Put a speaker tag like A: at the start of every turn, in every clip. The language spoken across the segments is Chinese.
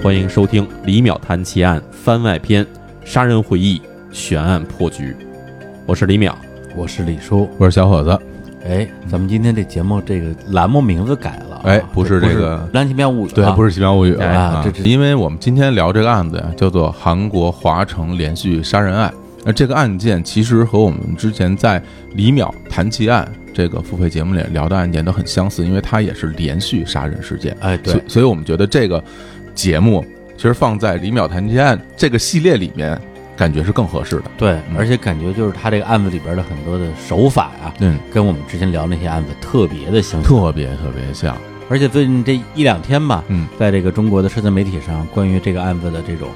A: 欢迎收听《李淼谈奇案番外篇：杀人回忆悬案破局》，我是李淼。
B: 我是李叔。
C: 我是小伙子，
B: 哎，咱们今天这节目这个栏目名字改了啊，
C: 哎不是
B: 这
C: 这个
B: 《乱七八物语》啊，
C: 对，不
B: 是
C: 是《奇妙物语》
B: 哎
C: 啊
B: 这这
C: 因为我们今天聊这个案子呀，叫做韩国华城连续杀人案。而这个案件其实和我们之前在李淼谈奇案这个付费节目里聊的案件都很相似，因为它也是连续杀人事件。
B: 哎，
C: 所
B: 对
C: 以，所以我们觉得这个节目其实放在李淼谈奇案这个系列里面，感觉是更合适的。
B: 对，
C: 嗯
B: 而且感觉就是他这个案子里边的很多的手法啊，
C: 嗯，
B: 跟我们之前聊那些案子特别的相似。
C: 特别特别像。
B: 而且最近这一两天吧，
C: 嗯，
B: 在这个中国的社交媒体上，关于这个案子的这种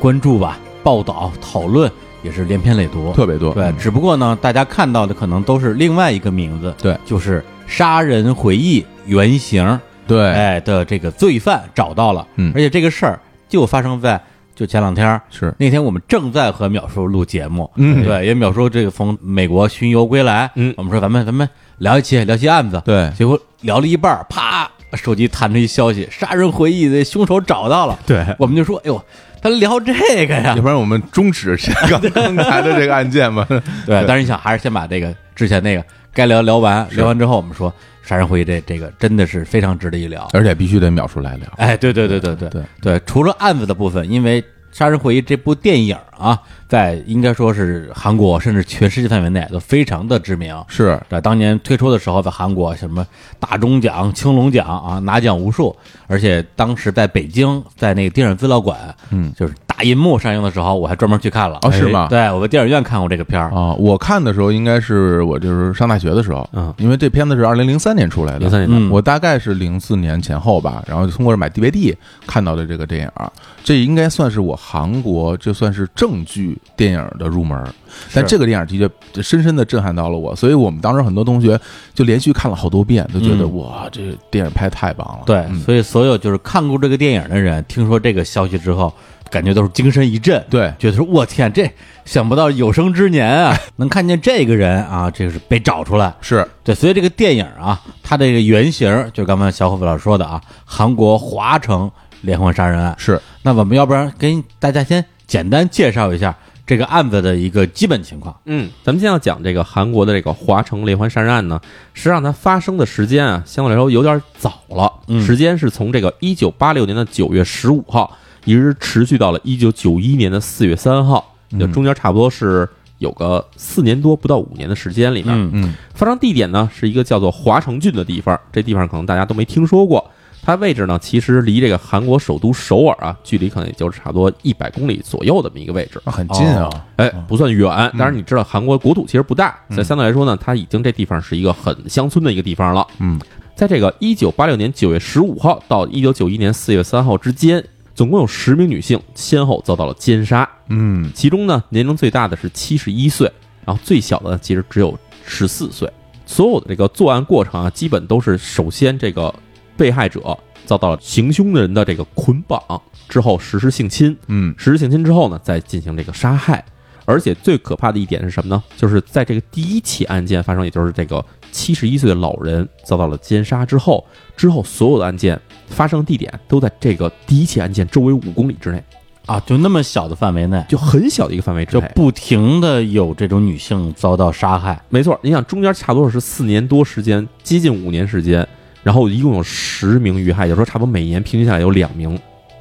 B: 关注吧、报道、讨论也是连篇累牍，
C: 特别多
B: 对
C: 嗯，
B: 只不过呢，大家看到的可能都是另外一个名字，
C: 对
B: 就是《杀人回忆》原型，
C: 对，
B: 哎的这个罪犯找到了，
C: 嗯
B: 而且这个事儿就发生在就前两天儿
C: 是，
B: 那天我们正在和淼叔录节目，
C: 嗯
B: 对，因为淼叔这个从美国巡游归来，
A: 嗯
B: 我们说咱们咱们聊一期聊期案子，
C: 对
B: 结果聊了一半儿，啪，手机弹出一消息，杀人回忆的凶手找到了，
A: 对
B: 我们就说，哎呦，他聊这个呀
C: 要，不然我们终止这个刚才的这个案件吧。
B: 对，但是你想，还是先把这个之前那个该聊聊完，聊完之后，我们说杀人回忆这这个真的是非常值得一聊，
C: 而且必须得秒出来聊。
B: 哎，对对对对对
C: 对
B: 对，除了案子的部分，因为《杀人回忆》这部电影啊，在应该说是韩国甚至全世界范围内都非常的知名。
C: 是，
B: 对，当年推出的时候，在韩国什么大钟奖、青龙奖啊，拿奖无数。而且当时在北京，在那个电影资料馆，嗯，就是大银幕上映的时候，我还专门去看了。
C: 哦是吗
B: 哎对，我在电影院看过这个片儿。
C: 啊，我看的时候应该是我就是上大学的时候，
A: 嗯
C: 因为这片子是二零零三年出来的，
A: 03年
B: 嗯
C: 我大概是零四年前后吧，然后就通过买 DVD 看到的这个电影儿，这应该算是我韩国这算是正剧电影的入门儿，但这个电影的确深深的震撼到了我，所以我们当时很多同学就连续看了好多遍，就觉得、
B: 嗯
C: 哇，这电影拍太棒了，嗯
B: 对，所以所有就是看过这个电影的人，听说这个消息之后，感觉都是精神一振。
C: 对
B: 觉得说我天，这想不到有生之年啊，能看见这个人啊，这个是被找出来。
C: 是
B: 对，所以这个电影啊，它这个原型就刚才小伙子老师说的啊，韩国华城连环杀人案。
C: 是，
B: 那我们要不然跟大家先简单介绍一下这个案子的一个基本情况。
A: 嗯，咱们现在要讲这个韩国的这个华城连环杀人案呢，实际上它发生的时间啊，相对来说有点早了，
B: 嗯
A: 时间是从这个一九八六年的九月十五号，一直持续到了一九九一年的四月三号，
B: 嗯
A: 就中间差不多是有个四年多不到五年的时间里面。
B: 嗯
C: 嗯
A: 发生地点呢是一个叫做华城郡的地方，这地方可能大家都没听说过。它位置呢，其实离这个韩国首都首尔啊，距离可能也就是差不多一百公里左右的这么一个位置。
C: 那很近啊，
B: 哦
A: 哎，不算远。当然，你知道韩国国土其实不大，所以相对来说呢，它已经这地方是一个很乡村的一个地方了。
C: 嗯，
A: 在这个一九八六年九月十五号到一九九一年四月三号之间，总共有十名女性先后遭到了奸杀，
C: 嗯
A: 其中呢，年龄最大的是七十一岁，然后最小的呢其实只有十四岁。所有的这个作案过程啊，基本都是首先这个被害者遭到了行凶的人的这个捆绑，之后实施性侵，
C: 嗯
A: 实施性侵之后呢，再进行这个杀害。而且最可怕的一点是什么呢？就是在这个第一起案件发生，也就是这个七十一岁的老人遭到了奸杀之后，之后所有的案件发生地点都在这个第一起案件周围五公里之内，
B: 啊，就那么小的范围内，
A: 就很小的一个范围之
B: 就哎
A: 内。
B: 不停的有这种女性遭到杀害。
A: 没错，你想中间差不多是四年多时间，接近五年时间，然后一共有十名遇害，也就是说差不多每年平均下来有两名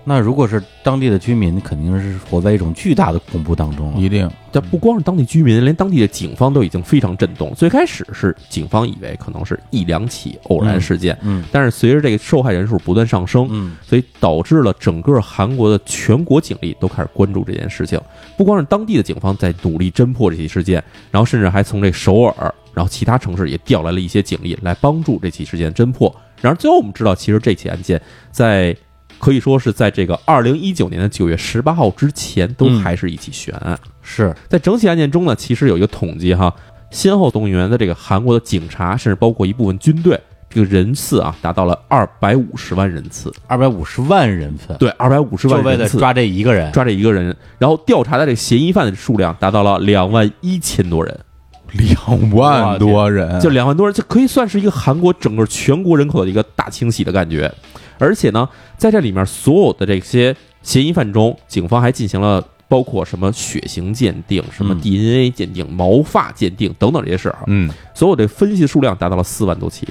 B: 那如果是当地的居民，肯定是活在一种巨大的恐怖当中了。
C: 一定
A: 这不光是当地居民，连当地的警方都已经非常震动。最开始是警方以为可能是一两起偶然事件，
B: 嗯
A: 但是随着这个受害人数不断上升，
B: 嗯
A: 所以导致了整个韩国的全国警力都开始关注这件事情。不光是当地的警方在努力侦破这起事件，然后甚至还从这首尔，然后其他城市也调来了一些警力来帮助这起事件侦破。然而最后我们知道，其实这起案件在。可以说是在这个二零一九年的九月十八号之前，都
B: 嗯
A: 还是一起悬案。
B: 是
A: 在整起案件中呢，其实有一个统计哈，先后动员的这个韩国的警察，甚至包括一部分军队，这个人次啊，达到了二百五十万人次。
B: 二百五十万人次，
A: 对，二百五十
B: 就
A: 万
B: 为了
A: 人次
B: 抓这一个人，
A: 抓这一个人，然后调查的这个嫌疑犯的数量达到了两万一千多人，
C: 两万多人，
B: 嗯
A: 就两万多人，这可以算是一个韩国整个全国人口的一个大清洗的感觉。而且呢，在这里面所有的这些嫌疑犯中，警方还进行了包括什么血型鉴定、什么
B: 嗯
A: DNA 鉴定、毛发鉴定等等这些事儿啊，
C: 嗯，
A: 所有的分析数量达到了四万多起。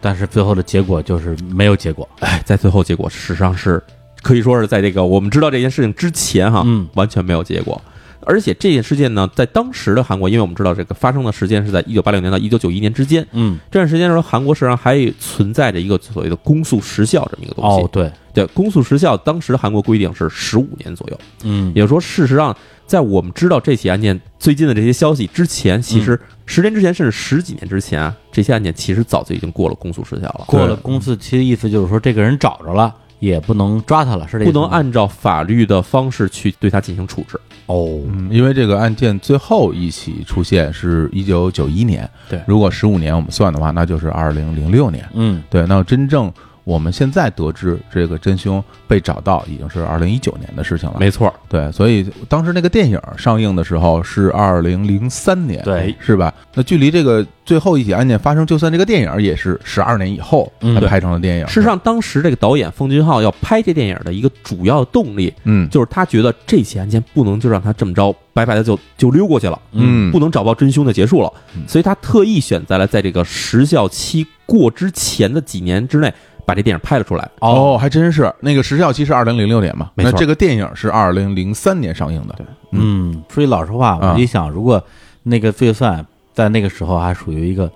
B: 但是最后的结果就是没有结果。
A: 哎，在最后结果实际上是可以说是在这个我们知道这件事情之前哈，
B: 嗯
A: 完全没有结果。而且这件事件呢，在当时的韩国，因为我们知道这个发生的时间是在一九八六年到一九九一年之间，
B: 嗯，
A: 这段时间的时候，韩国实际上还存在着一个所谓的公诉时效这么一个东西。
B: 哦，对，
A: 对，公诉时效当时的韩国规定是十五年左右，
B: 嗯
A: 也就是说，事实上在我们知道这起案件最近的这些消息之前，其实十年之前甚至十几年之前啊，这些案件其实早就已经过了公诉时效了。
B: 过了公诉期的意思就是说，这个人找着了，也不能抓他了，是这意
A: 不
B: 思吗
A: 能按照法律的方式去对他进行处置。
B: 哦，
C: 嗯，因为这个案件最后一起出现是一九九一年，
B: 对
C: 如果十五年我们算的话，那就是二零零六年，
B: 嗯
C: 对，那真正我们现在得知这个真凶被找到，已经是二零一九年的事情了，
A: 错，
C: 对，所以当时那个电影上映的时候是二零零三年，
B: 对，
C: 是吧？那距离这个最后一起案件发生，就算这个电影也是十二年以后
B: 嗯
C: 才
B: 对
C: 拍成了电影。
A: 事实，上，当时这个导演奉俊昊要拍这电影的一个主要动力，
C: 嗯
A: 就是他觉得这起案件不能就让他这么着白白的就就溜过去了，
C: 嗯，
A: 不能找到真凶的结束了，
C: 嗯
A: 所以他特意选择了在这个时效期过之前的几年之内把这电影拍了出来。
C: 哦，还真是那个时效期是二零零六年嘛，
A: 没错
C: 那这个电影是二零零三年上映的，
B: 嗯，说句老实话，
C: 啊
B: 我一想，如果那个罪犯在那个时候还属于一个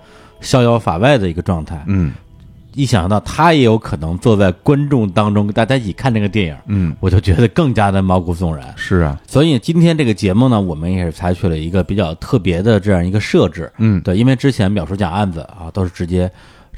B: 逍遥法外的一个状态，
C: 嗯
B: 一想到他也有可能坐在观众当中跟大家一起看这个电影，
C: 嗯，
B: 我就觉得更加的毛骨悚然。
C: 是啊，
B: 所以今天这个节目呢，我们也是采取了一个比较特别的这样一个设置，
C: 嗯
B: 对，因为之前表叔讲案子啊，都是直接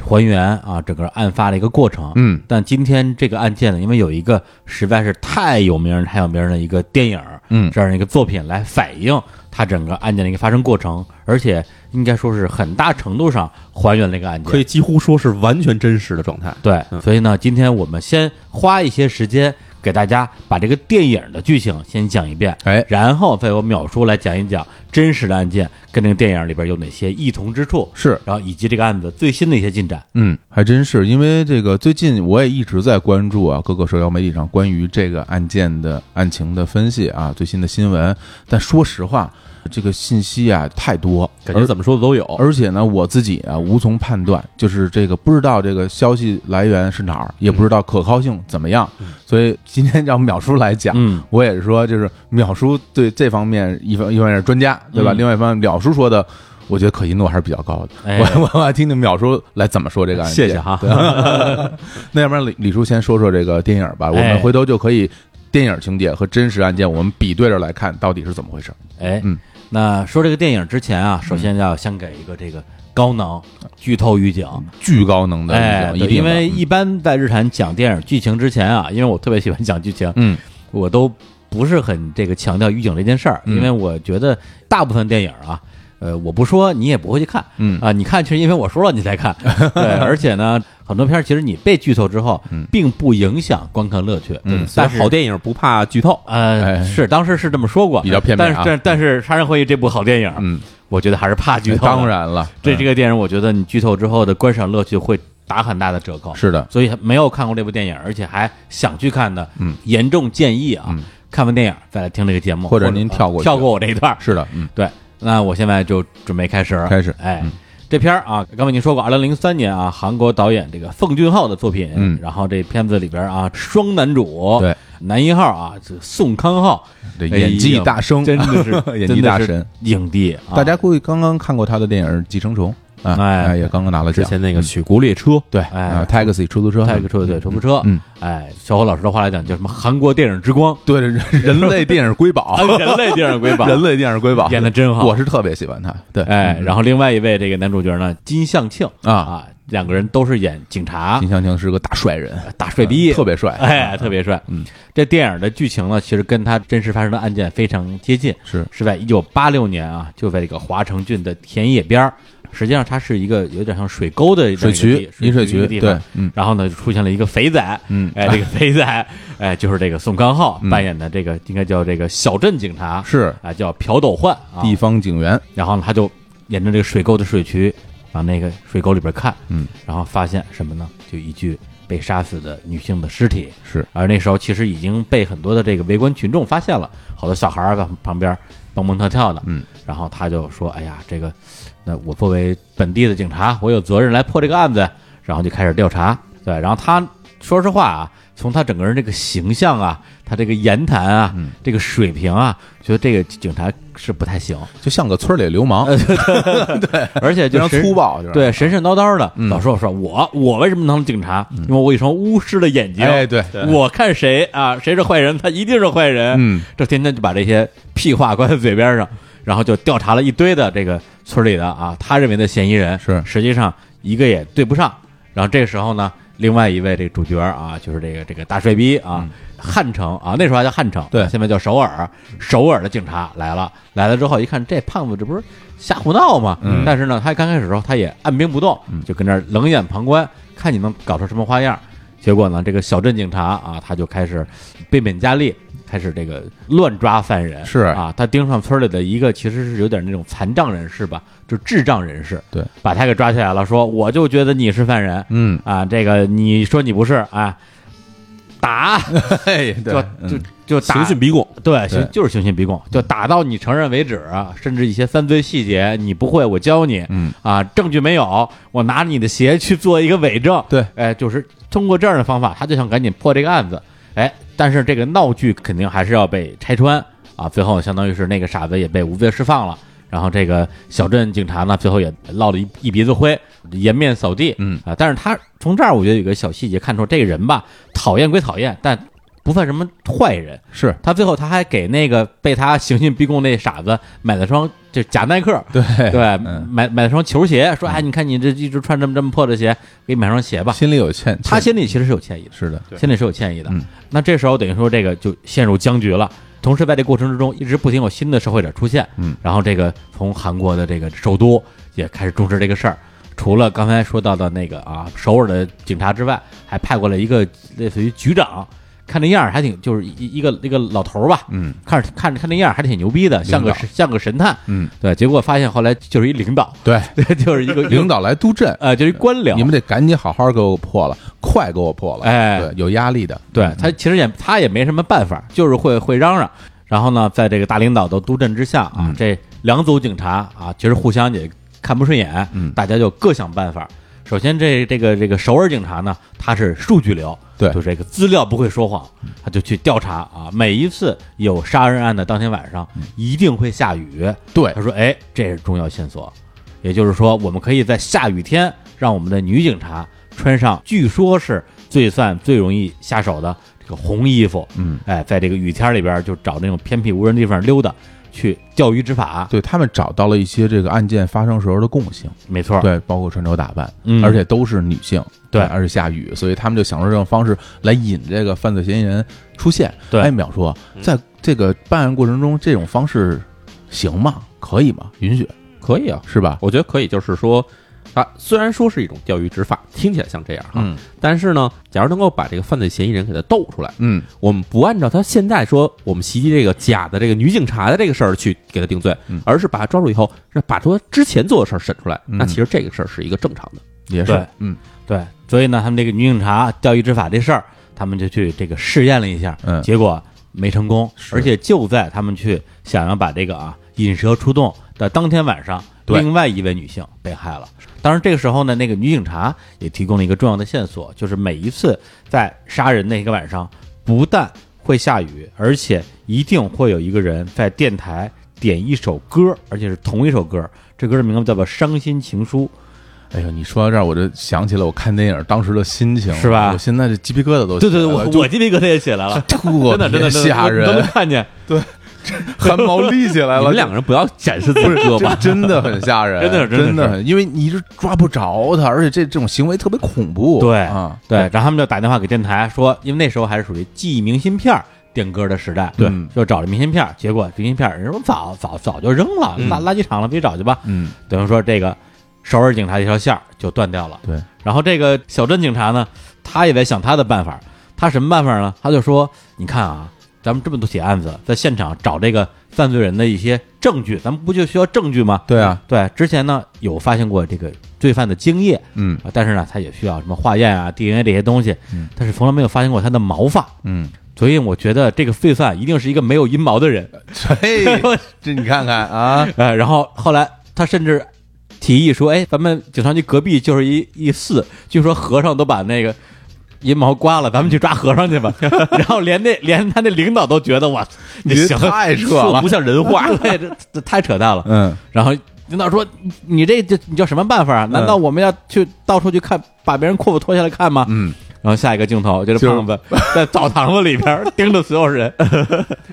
B: 还原啊整个案发的一个过程，
C: 嗯
B: 但今天这个案件呢，因为有一个实在是太有名儿、太有名儿的一个电影儿，
C: 嗯
B: 这样一个作品来反映它整个案件的一个发生过程，而且应该说是很大程度上还原了一个案件，
A: 可以几乎说是完全真实的状态。
B: 对，
A: 嗯
B: 所以呢，今天我们先花一些时间给大家把这个电影的剧情先讲一遍，
C: 哎
B: 然后再由淼叔来讲一讲真实的案件跟这个电影里边有哪些异同之处，
C: 是。
B: 然后以及这个案子最新的一些进展。
C: 嗯，还真是，因为这个最近我也一直在关注啊，各个社交媒体上关于这个案件的案情的分析啊，最新的新闻。但说实话，这个信息啊太多，
A: 感觉怎么说的都有，
C: 而且呢，我自己啊无从判断，就是这个不知道这个消息来源是哪儿，也不知道可靠性怎么样，
A: 嗯
C: 所以今天让淼叔来讲。
B: 嗯，
C: 我也是说，就是淼叔对这方面一方一方面是专家，对吧？
B: 嗯
C: 另外一方面，淼叔说的，我觉得可信度还是比较高的。
B: 哎
C: 我我我要听听淼叔来怎么说这个案件。
A: 谢谢哈
C: 对。那要不然李李叔先说说这个电影吧，我
B: 哎
C: 们回头就可以电影情节和真实案件我们比对着来看到底是怎么回事。
B: 哎，
C: 嗯
B: 那说这个电影之前啊，首先要先给一个这个高能
A: 嗯
B: 剧透预警。
C: 巨高能的，
B: 哎，
C: 已经
B: 对
C: 一定
B: 因
C: 的
B: 为一般在日产讲电影剧情之前啊，因为我特别喜欢讲剧情，
C: 嗯
B: 我都不是很这个强调预警这件事儿，
C: 嗯
B: 因为我觉得大部分电影啊，呃，我不说你也不会去看，
C: 嗯
B: 啊，你看其实因为我说了你才 看，对，而且呢，很多片儿其实你被剧透之后，并不影响观看乐趣，
C: 嗯
A: 所以
B: 但是
A: 好。电影不怕剧透。
B: 呃，
C: 哎
B: 是当时是这么说过，
C: 比较片面啊
B: 但是但但是《杀人回忆》这部好电影，
C: 嗯，
B: 我觉得还是怕啊剧
C: 哎
B: 透的。
C: 当然了，
B: 这
C: 嗯
B: 这个电影，我觉得你剧透之后的观赏乐趣会打很大的折扣。
C: 是的，
B: 所以没有看过这部电影，而且还想去看的，
C: 嗯，
B: 严重建议啊，
C: 嗯
B: 看完电影再来听这个节目，
C: 或
B: 或
C: 者您跳过去
B: 跳过我这一段儿。
C: 是的，嗯
B: 对，那我现在就准备开始，
C: 开始
B: 哎。
C: 嗯
B: 这片儿啊，刚才您说过，二零零三年啊，韩国导演这个奉俊昊的作品。
C: 嗯
B: 然后这片子里边啊，双男主，
C: 对，
B: 男一号啊，这宋康昊，
C: 这
B: 哎
C: 演技
B: 呀
C: 大生，
B: 真的是
C: 演技大神，
B: 影帝啊。
C: 大家估计刚刚看过他的电影《寄生虫》啊，
B: 哎
C: 也刚刚拿了
A: 之
C: 奖。
A: 前那个《雪国列车》
C: 对
B: 哎
C: 啊，Taxi 出租车，
B: 泰克车对出租车，
C: 嗯，
B: 哎，小伙老师的话来讲，叫什么韩国电影之光，
C: 对人 人类电影瑰宝
B: 啊，， 人类电影瑰宝，
C: 人类电影瑰宝，
B: 演的真好。
C: 我是特别喜欢他。对，
B: 哎，然后另外一位这个男主角呢，金相庆
C: 啊
B: 啊，两个人都是演警察
C: 金，相庆是个大帅人，
B: 大帅逼，
C: 嗯特别帅
B: 哎，特别帅。
C: 嗯，
B: 这电影的剧情呢，其实跟他真实发生的案件非常接近，
C: 是
B: 是在一九八六年啊，就在这个华城郡的田野边儿，实际上它是一个有点像水沟的这样一个
C: 水渠
B: 地
C: 饮水
B: 渠
C: 渠，
B: 的地方
C: 对，嗯
B: 然后呢，就出现了一个肥仔，
C: 嗯
B: 哎，这个肥仔，哎，就是这个宋康昊扮演的这个，应该叫这个小镇警察，
C: 是
B: 啊，叫朴斗焕啊，
C: 地方警员，
B: 然后呢，他就沿着这个水沟的水渠往那个水沟里边看，
C: 嗯，
B: 然后发现什么呢？就一具被杀死的女性的尸体。
C: 是，
B: 而那时候其实已经被很多的这个围观群众发现了，好多小孩儿在啊旁边蹦蹦跳跳的。
C: 嗯，
B: 然后他就说：“哎呀，这个，那我作为本地的警察，我有责任来破这个案子。”然后就开始调查。对，然后他说实话啊，从他整个人这个形象啊，他这个言谈啊，
C: 嗯
B: 这个水平啊，觉得这个警察是不太行，
C: 就像个村里流氓，
B: 哎 而且
C: 非
B: 就
C: 常
B: 是
C: 粗暴，就是，嗯
B: 对，神神叨叨的。老说我说我我为什么当警察？因为我有一双巫师的眼睛。
C: 哎，对，
B: 我看谁啊，谁是坏人，他一定是坏人。
C: 嗯，
B: 这天天就把这些屁话挂在嘴边上，然后就调查了一堆的这个村里的啊，他认为的嫌疑人，
C: 是
B: 实际上一个也对不上。然后这个时候呢，另外一位这个主角啊，就是这个这个大帅逼啊，汉城啊，那时候还叫汉城，
C: 嗯对
B: 现在叫首尔，首尔的警察来了，来了之后一看，这胖子这不是瞎胡闹吗？
C: 嗯
B: 但是呢，他刚开始的时候他也按兵不动，就跟那儿冷眼旁观，看你能搞出什么花样。结果呢，这个小镇警察啊，他就开始变本加厉，开始这个乱抓犯人，
C: 是
B: 啊，他盯上村里的一个其实是有点那种残障人士吧，就智障人士，
C: 对，
B: 把他给抓起来了，说我就觉得你是犯人
C: 嗯，
B: 啊，这个你说你不是啊，打
C: 嘿，
B: 就
C: 对，
B: 就就打
A: 刑讯逼供，
B: 对，刑
C: 对嗯
B: 就是刑讯逼供，就打到你承认为止，啊甚至一些犯罪细节你不会，我教你。
C: 嗯
B: 啊，证据没有，我拿你的鞋去做一个伪证。
C: 对，
B: 哎，就是通过这样的方法，他就想赶紧破这个案子。哎，但是这个闹剧肯定还是要被拆穿啊。最后相当于是那个傻子也被无罪释放了，然后这个小镇警察呢，最后也落了一一鼻子灰，颜面扫地。
C: 嗯
B: 啊，但是他从这儿我觉得有个小细节看出这个人吧，讨厌归讨厌，但不算什么坏人。
C: 是，
B: 他最后他还给那个被他刑讯逼供那傻子买了双就假耐克，
C: 对，嗯
B: 对，买买了双球鞋，说哎，你看你这一直穿这么这么破的鞋，给你买双鞋吧。
C: 心里有欠，
B: 他
C: 欠
B: 心里其实是有歉意的，
C: 是的，
B: 心里是有歉意的
C: 嗯。
B: 那这时候等于说这个就陷入僵局了。同时，在这过程之中，一直不停有新的受害者出现。
C: 嗯，
B: 然后这个从韩国的这个首都也开始重视这个事儿。除了刚才说到的那个啊，首尔的警察之外，还派过来一个类似于局长，看这样儿还挺就是一一个一个老头儿吧，
C: 嗯
B: 看着看着看那样儿还挺牛逼的，像个
C: 领导
B: 像个神探。
C: 嗯，
B: 对，结果发现后来就是一领导，
C: 对，
B: 对， 就是一个
C: 领，导来督阵，
B: 呃，就是一官僚。
C: 你们得赶紧好好给我破了，快给我破了，
B: 哎
C: 对，嗯有压力的，
B: 对他其实也他也没什么办法，就是会会嚷嚷。然后呢，在这个大领导的督阵之下啊，
C: 嗯
B: 这两组警察啊，其实互相也看不顺眼，
C: 嗯
B: 大家就各想办法。首先这这个这个首尔警察呢，他是数据流，
C: 对嗯
B: 就这个资料不会说谎，他就去调查啊。每一次有杀人案的当天晚上，
C: 嗯
B: 一定会下雨，
C: 对
B: 他，说：“哎，这是重要线索，也就是说，我们可以在下雨天让我们的女警察穿上，据说是罪犯最容易下手的这个红衣服。
C: 嗯，
B: 哎，在这个雨天里边就找那种偏僻无人地方溜达，去钓鱼执法。
C: 对他们找到了一些这个案件发生时候的共性，
B: 没错，
C: 对，包括穿着打扮，
B: 嗯
C: 而且都是女性，
B: 对
C: 而且下雨，所以他们就想用这种方式来引这个犯罪嫌疑人出现。
B: 对嗯
C: 哎，淼叔，在这个办案过程中，这种方式行吗？可以吗？允许
A: 可以啊，
C: 是吧？
A: 我觉得可以，就是说，它虽然说是一种钓鱼执法，听起来像这样哈，
C: 嗯
A: 但是呢，假如能够把这个犯罪嫌疑人给他逗出来，
C: 嗯
A: 我们不按照他现在说我们袭击这个假的这个女警察的这个事儿去给他定罪，
C: 嗯
A: 而是把他抓住以后，让把他之前做的事儿审出来，
C: 嗯
A: 那其实这个事儿是一个正常的。
C: 也
B: 对
C: 是，嗯
B: 对，所以呢，他们这个女警察钓鱼执法这事儿，他们就去这个试验了一下，
C: 嗯
B: 结果没成功。
C: 是
B: 而且就在他们去想要把这个啊引蛇出洞的当天晚上，
C: 对
B: 另外一位女性被害了。当然，这个时候呢，那个女警察也提供了一个重要的线索，就是每一次在杀人那个晚上，不但会下雨，而且一定会有一个人在电台点一首歌，而且是同一首歌。这歌的名字叫做《伤心情书》。
C: 哎呦，你说到这儿，我就想起了我看电影当时的心情，
B: 是吧
C: 我现在这鸡皮疙瘩都
B: 对对对，我
C: 就
B: 我鸡皮疙瘩也起来了。
C: 特
B: 真的真的
C: 别
B: 真的
C: 吓
B: 我都能
C: 人，
B: 看见，
C: 汗毛立起来了。
A: 你们两个人不要展示自己 胳膊，
C: 这真的很吓人，
B: 真的是真的是
C: 真的很，因为你是抓不着他，而且这这种行为特别恐怖。
B: 对
C: 啊，
B: 对，然后他们就打电话给电台说，因为那时候还是属于记忆明信片儿电歌的时代，嗯
C: 对
B: 就找了明信片儿，结果明信片儿人说早早早就扔了，
A: 嗯
B: 垃垃圾场了，自己找去吧。
C: 嗯，
B: 等于说这个首尔警察这条线儿就断掉了。
C: 对，
B: 然后这个小镇警察呢，他也在想他的办法，他什么办法呢？他就说，你看啊，咱们这么多起案子，在现场找这个犯罪人的一些证据，咱们不就需要证据吗？
C: 对啊，
B: 对，之前呢有发现过这个罪犯的精液
C: 嗯
B: 啊，但是呢，他也需要什么化验啊、DNA 这些东西
C: 嗯，
B: 但是从来没有发现过他的毛发，
C: 嗯，
B: 所以我觉得这个罪犯一定是一个没有阴毛的人。
C: 嘿，这你看看啊，
B: 呃，然后后来他甚至提议说：“哎，咱们警察局隔壁就是一一寺，据说和尚都把那个阴毛刮了，咱们去抓和尚去 吧。”然后连那连他那领导都觉得哇，你
C: 这
B: 行，
C: 太扯
A: 这
C: 了
A: 不，像人 话。
B: 哇，对，这这太扯淡了。
C: 嗯
B: 然后领导说：“你你这这你叫什么办法啊？难道我们要去到处去看，把别人裤子脱下来看吗？”
C: 嗯，
B: 然后下一个镜头就是
C: 就是
B: 胖子在澡堂子里边盯着所有人，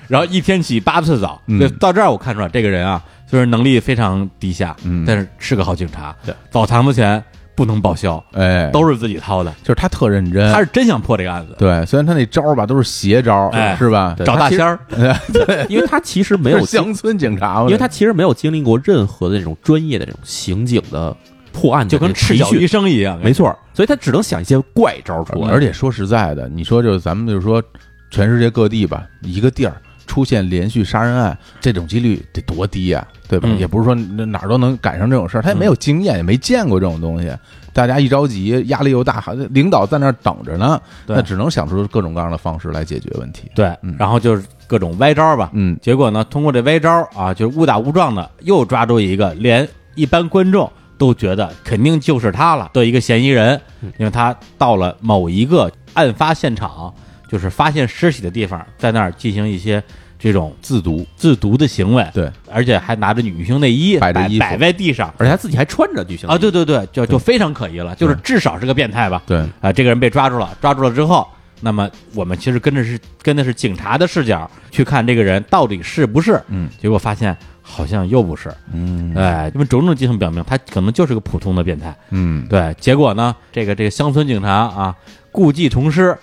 B: 然后一天洗八次澡。
C: 嗯
B: 对，到这儿我看出来这个人啊，就是能力非常低下，
C: 嗯
B: 但是是个好警察。
A: 对，
B: 澡堂子钱不能报销，
C: 哎，
B: 都是自己掏的。
C: 就是他特认真，
B: 他是真想破这个案子，
C: 对，虽然他那招儿吧都是邪招儿，
B: 哎
C: 是吧？
B: 找大仙儿。
A: 因为他其实没
C: 没
A: 有
C: 有
A: 经，
C: 乡村警察嘛，
A: 因为他其实没有经历过任何的那种专业的这种刑警的破案的
B: 就跟
A: 这个
B: 赤脚
A: 培训
B: 医生一样，
A: 没错，所以他只能想一些怪招出来。
C: 而且说实在的，你说就是咱们就是说，全世界各地吧，一个地儿出现连续杀人案，这种几率得多低呀、对吧？
B: 嗯
C: 也不是说哪哪儿都能赶上这种事儿，他也没有经验，也没见过这种东西。大家一着急，压力又大，还领导在那儿等着呢，
B: 对
C: 那只能想出各种各样的方式来解决问题。
B: 对
C: 嗯，
B: 然后就是各种歪招吧。
C: 嗯
B: 结果呢，通过这歪招啊，就是误打误撞的又抓住一个连一般观众都觉得肯定就是他了的一个嫌疑人，
C: 嗯
B: 因为他到了某一个案发现场，就是发现尸体的地方，在那儿进行一些这种
C: 自毒，
B: 自毒的行为，
C: 对，
B: 而且还拿着女性内衣
C: 摆
B: 摆
C: 着衣服
B: 摆在地上
A: 而且他自己还穿着女性
B: 啊，对对对，就就非常可疑了，就是
C: 嗯
B: 至少是个变态吧。
C: 对，
B: 啊，这个人被抓住了，抓住了之后，那么我们其实跟着是跟的是警察的视角去看这个人到底是不是，
C: 嗯，
B: 结果发现好像又不是，
C: 嗯
B: 哎，因为种种迹象表明他可能就是个普通的变态，
C: 嗯，
B: 对，结果呢，这个这个乡村警察啊，故技重施，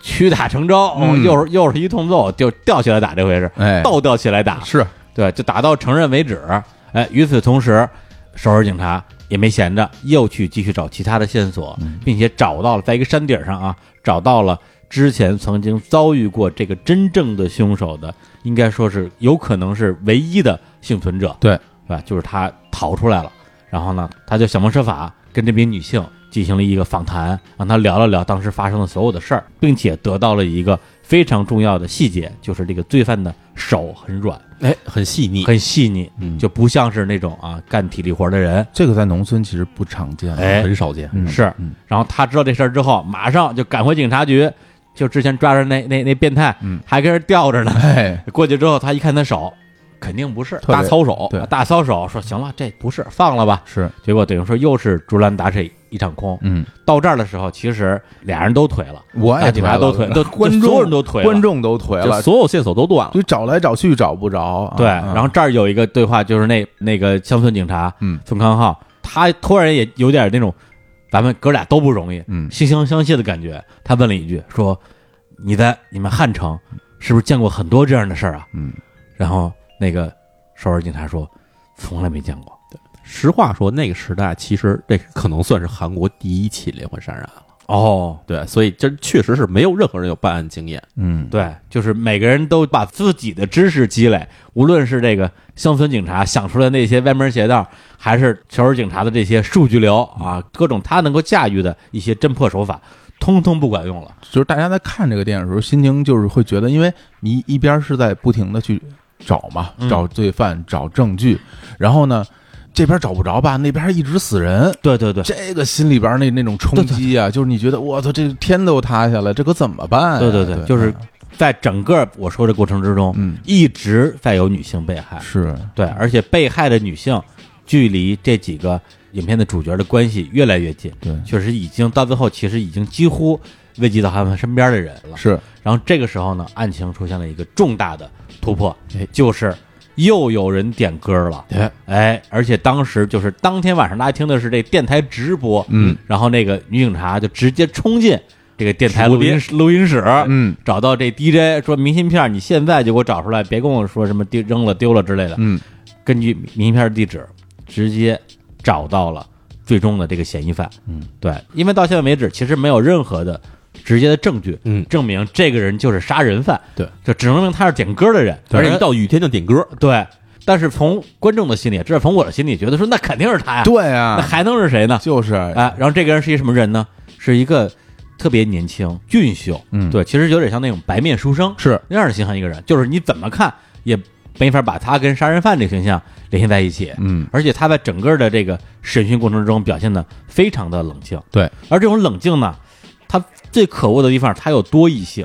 B: 屈打成招，哦
C: 嗯
B: 又是又是一通揍，就吊起来打，这回是
C: 哎，
B: 倒吊起来打，
C: 是
B: 对，就打到承认为止。哎，与此同时，首尔警察也没闲着，又去继续找其他的线索，并且找到了，在一个山顶上啊，找到了之前曾经遭遇过这个真正的凶手的，应该说是有可能是唯一的幸存者，
C: 对，
B: 是吧？就是他逃出来了，然后呢，他就想方设法跟这名女性进行了一个访谈，让她聊了聊当时发生的所有的事儿，并且得到了一个非常重要的细节，就是这个罪犯的手很软。
A: 哎，很细腻，
B: 很细腻，
A: 嗯
B: 就不像是那种啊干体力活的人。
C: 这个在农村其实不常见，
B: 哎
A: 很少见。
C: 嗯
B: 是
C: 嗯，
B: 然后他知道这事儿之后，马上就赶回警察局，就之前抓着那那那变态，
C: 嗯
B: 还跟人吊着呢。
C: 哎，
B: 过去之后，他一看他手，肯定不是
C: 特别
A: 大操手，
C: 对
B: 大骚手，说行了，这不是，放了吧。
C: 是，
B: 结果等于说又是竹篮打水一场空。
C: 嗯，
B: 到这儿的时候，其实俩人都颓了，
C: 我
B: 大
C: 也
B: 警
C: 颓
B: 察
C: 了
B: 都 颓，都
C: 观
B: 就所有
C: 众
B: 人都颓了，
C: 观众都颓了
A: 就，所有线索都断了。
C: 就找来找去找不着。啊
B: 对，
C: 嗯
B: 然后这儿有一个对话，就是那那个乡村警察，
C: 嗯
B: 宋康昊，他突然也有点那种，咱们哥俩都不容易，
C: 嗯
B: 惺惺相惜的感觉。他问了一句，说你在你们汉城是不是见过很多这样的事儿啊？
C: 嗯，
B: 然后那个首尔警察说，从来没见过。
A: 实话说，那个时代其实这可能算是韩国第一起连环杀人案了。
B: 哦，
A: 对，所以这确实是没有任何人有办案经验。
C: 嗯，
B: 对，就是每个人都把自己的知识积累，无论是这个乡村警察想出来那些歪门邪道，还是首尔警察的这些数据流啊，各种他能够驾驭的一些侦破手法，通通不管用了。
C: 就是大家在看这个电影的时候，心情就是会觉得，因为你一边是在不停的去找嘛，
B: 嗯
C: 找罪犯，找证据，然后呢，这边找不着吧，那边一直死人。
B: 对对对，
C: 这个心里边那那种冲击啊，就是你觉得我操，这天都塌下来，这可怎么办、啊？
B: 对
C: 对
B: 对对，就是在整个我说的过程之中，
C: 嗯
B: 一直在有女性被害，
C: 是
B: 对，而且被害的女性距离这几个影片的主角的关系越来越近，
C: 对
B: 确实已经到最后，其实已经几乎危及到他们身边的人了。
C: 是，
B: 然后这个时候呢，案情出现了一个重大的突破，就是又有人点歌了。
C: 哎
B: 哎，而且当时就是当天晚上，大家听的是这电台直播，
C: 嗯，
B: 然后那个女警察就直接冲进这个电台录音室录音室，
C: 嗯
B: 找到这 DJ 说明信片，你现在就给我找出来，别跟我说什么丢扔了丢了之类的。
C: 嗯
B: 根据明信片的地址，直接找到了最终的这个嫌疑犯。
C: 嗯，
B: 对，因为到现在为止，其实没有任何的直接的证据，
A: 嗯
B: 证明这个人就是杀人犯，
C: 对，
B: 就只能证明他是点歌的人，
A: 而且
B: 而
A: 一到雨天就点歌，
B: 对，但是从观众的心里，至少从我的心里，觉得说那肯定是他呀，
C: 对
B: 那
C: 啊，
B: 还能是谁呢？
C: 就是
B: 哎，然后这个人是一什么人呢？是一个特别年轻、俊秀，
C: 嗯
B: 对，其实有点像那种白面书生
C: 是
B: 那样的形象一个人，就是你怎么看也没法把他跟杀人犯这个形象联系在一起。
C: 嗯
B: 而且他在整个的这个审讯过程中表现的非常的冷静，
C: 对。
B: 而这种冷静呢，他最可恶的地方，他有多异性。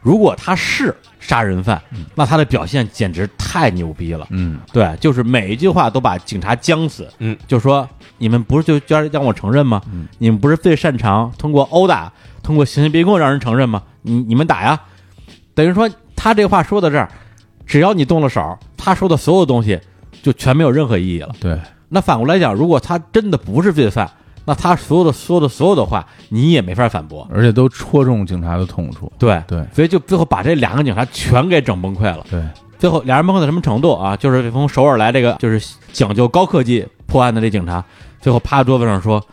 B: 如果他是杀人犯，那他的表现简直太牛逼了。
C: 嗯
B: 对，就是每一句话都把警察将死。
A: 嗯，
B: 就说你们不是就就要让我承认吗？
C: 嗯
B: 你们不是最擅长通过殴打、通过刑讯逼供让人承认吗？你你们打呀！等于说他这话说到这儿，只要你动了手，他说的所有东西就全没有任何意义了。
C: 对
B: 那反过来讲，如果他真的不是罪犯，那他所有的说的所有的话，你也没法反驳。
C: 而且都戳中警察的痛处。
B: 对
C: 对
B: 所以就最后把这两个警察全给整崩溃了。
C: 对，
B: 最后俩人崩溃到什么程度啊？就是从首尔来这个就是讲究高科技破案的这警察，最后趴桌子上说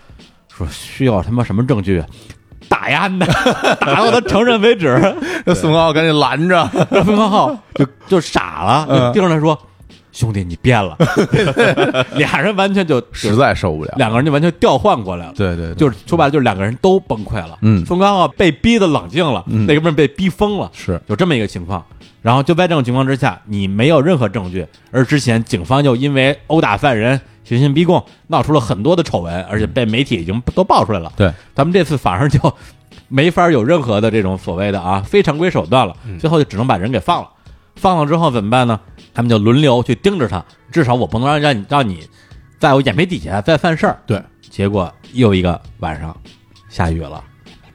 B: 说需要他妈什么证据啊？打呀你的，打到他 承认为止。
C: 那宋高赶紧拦着，
B: 然后冯康浩就就傻了，就盯着他说：“兄弟，你变了。”俩人完全就
C: 实
B: 就
C: 在受不了。
B: 两个人就完全调换过来了。
C: 对对，对
B: 就是说白了，就是两个人都崩溃了。
C: 嗯
B: 冯刚啊被逼的冷静了，
C: 嗯
B: 那哥们儿被逼疯了，
C: 是
B: 有这么一个情况。然后就在这种情况之下，你没有任何证据，而之前警方又因为殴打犯人、寻衅逼供，闹出了很多的丑闻，而且被媒体已经都爆出来了。
C: 对，
B: 咱们这次反而就没法有任何的这种所谓的啊非常规手段了，最后就只能把人给放了。放了之后怎么办呢？他们就轮流去盯着他，至少我不能让让你让你在我眼皮底下再犯事儿。
C: 对，
B: 结果又一个晚上下雨了，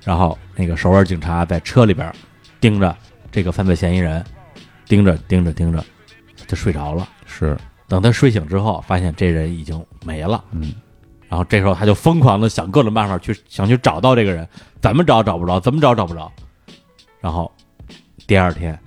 B: 然后那个首尔警察在车里边盯着这个犯罪嫌疑人，盯着盯着盯着就睡着了。
C: 是，
B: 等他睡醒之后，发现这人已经没了。
C: 嗯，
B: 然后这时候他就疯狂的想各种办法去想去找到这个人，怎么找找不着，怎么找找不着。然后第二天，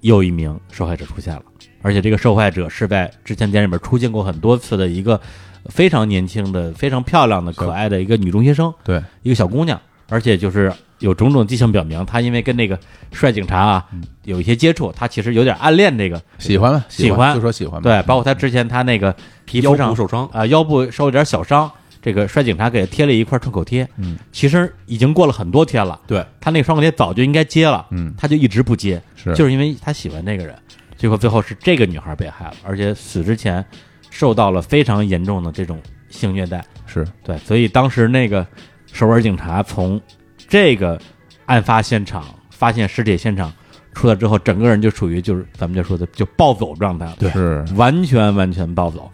B: 又一名受害者出现了，而且这个受害者是在之前电影里面出现过很多次的一个非常年轻的、非常漂亮的、可爱的一个女中学生，
C: 对，
B: 一个小姑娘，而且就是有种种迹象表明，她因为跟那个帅警察啊有一些接触，她其实有点暗恋这个
C: 喜欢吧，
B: 喜欢
C: 就说喜欢吧。
B: 对，包括他之前他那个嗯皮
A: 腰
B: 肤上
A: 部受伤，
B: 啊、腰部受了点小伤，这个摔警察给他贴了一块创口贴。
C: 嗯，
B: 其实已经过了很多天了，
C: 对，
B: 他那个创口贴早就应该揭了，
C: 嗯，
B: 他就一直不揭，
C: 是
B: 就是因为他喜欢那个人，结果最后是这个女孩被害了，而且死之前受到了非常严重的这种性虐待。
C: 是，
B: 对，所以当时那个首尔警察从这个案发现场发现尸体现场出来之后，整个人就属于就是咱们就说的就暴走状态了。
A: 对
C: 是，
B: 完全完全暴走，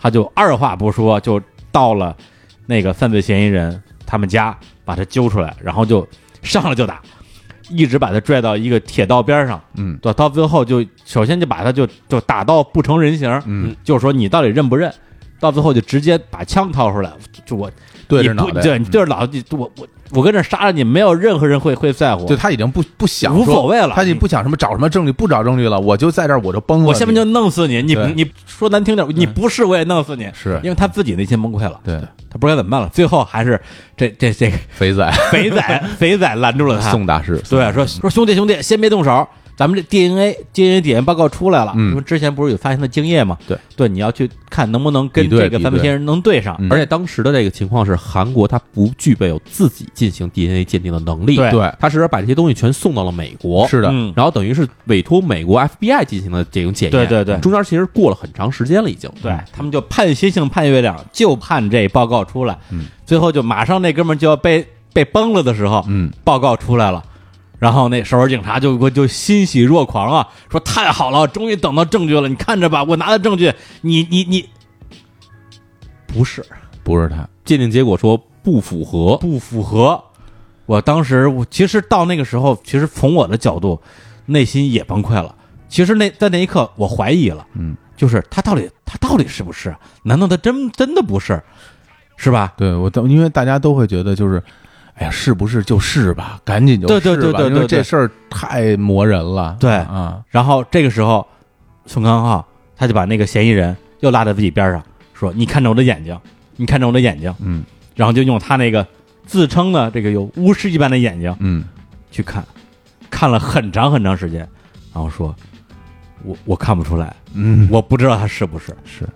B: 他就二话不说就到了那个犯罪嫌疑人他们家，把他揪出来，然后就上来就打，一直把他拽到一个铁道边上，
C: 嗯
B: 到到最后就首先就把他就就打到不成人形，
C: 嗯，
B: 就是说你到底认不认？到最后就直接把枪掏出来，就我
C: 对
B: 你
C: 着
B: 不
C: 脑袋，
B: 对，你对着脑袋，我我我跟这杀了你，没有任何人会会在乎，
C: 嗯就他已经不不想
B: 无
C: 说
B: 所谓了
C: 他已经
B: 你
C: 不想什么找什么证据，不找证据了，我就在这儿，我就崩了你。
B: 我下面就弄死你，你不
C: 对
B: 你说难听点，你不是我也弄死你，
C: 是
B: 因为他自己内心崩溃了。
C: 对
B: 他不知道该怎么办了，最后还是这这 这个
C: 肥仔
B: 肥仔肥仔拦住了他，
C: 宋大师，
B: 对，说说兄弟兄弟，先别动手，咱们这 DNA DNA 检验报告出来了，
C: 嗯
B: 因为之前不是有发现他精液吗？
C: 对
B: 对，你要去看能不能跟
C: 比对
B: 这个
C: 比
B: 犯罪
C: 对
B: 嫌疑人能对上，
C: 嗯
A: 而且当时的这个情况是，韩国它不具备有自己进行 DNA 鉴定的能力，
B: 对
C: 对，
A: 它是把这些东西全送到了美国，
C: 是的，
B: 嗯，
A: 然后等于是委托美国 FBI 进行的这种检验，
B: 对对对
A: 中间其实过了很长时间了，已经。
B: 对他们就盼星星盼月亮，就盼这报告出来，
C: 嗯，
B: 最后就马上那哥们儿就要被被崩了的时候，
C: 嗯，
B: 报告出来了。然后那首尔警察就我就欣喜若狂啊，说太好了，终于等到证据了！你看着吧，我拿的证据，你你你，不是
C: 不是他，
A: 鉴定结果说不符合，
B: 不符合。我当时我其实到那个时候，其实从我的角度，内心也崩溃了。其实那在那一刻，我怀疑了，
C: 嗯，
B: 就是他到底他到底是不是？难道他真真的不是？是吧？
C: 对我当，因为大家都会觉得就是。哎呀，是不是就是吧？赶紧就
B: 对对
C: 是吧
B: 对对
C: 因为
B: 对对
C: 这事儿太磨人了。
B: 对
C: 啊，
B: 然后这个时候，宋康昊他就把那个嫌疑人又拉到自己边上，说：“你看着我的眼睛，你看着我的眼睛。
C: 嗯”
B: 然后就用他那个自称的这个有巫师一般的眼睛
C: 嗯，
B: 去看，看了很长很长时间，然后说：“我我看不出来，
C: 嗯，
B: 我不知道它是不是，
C: 是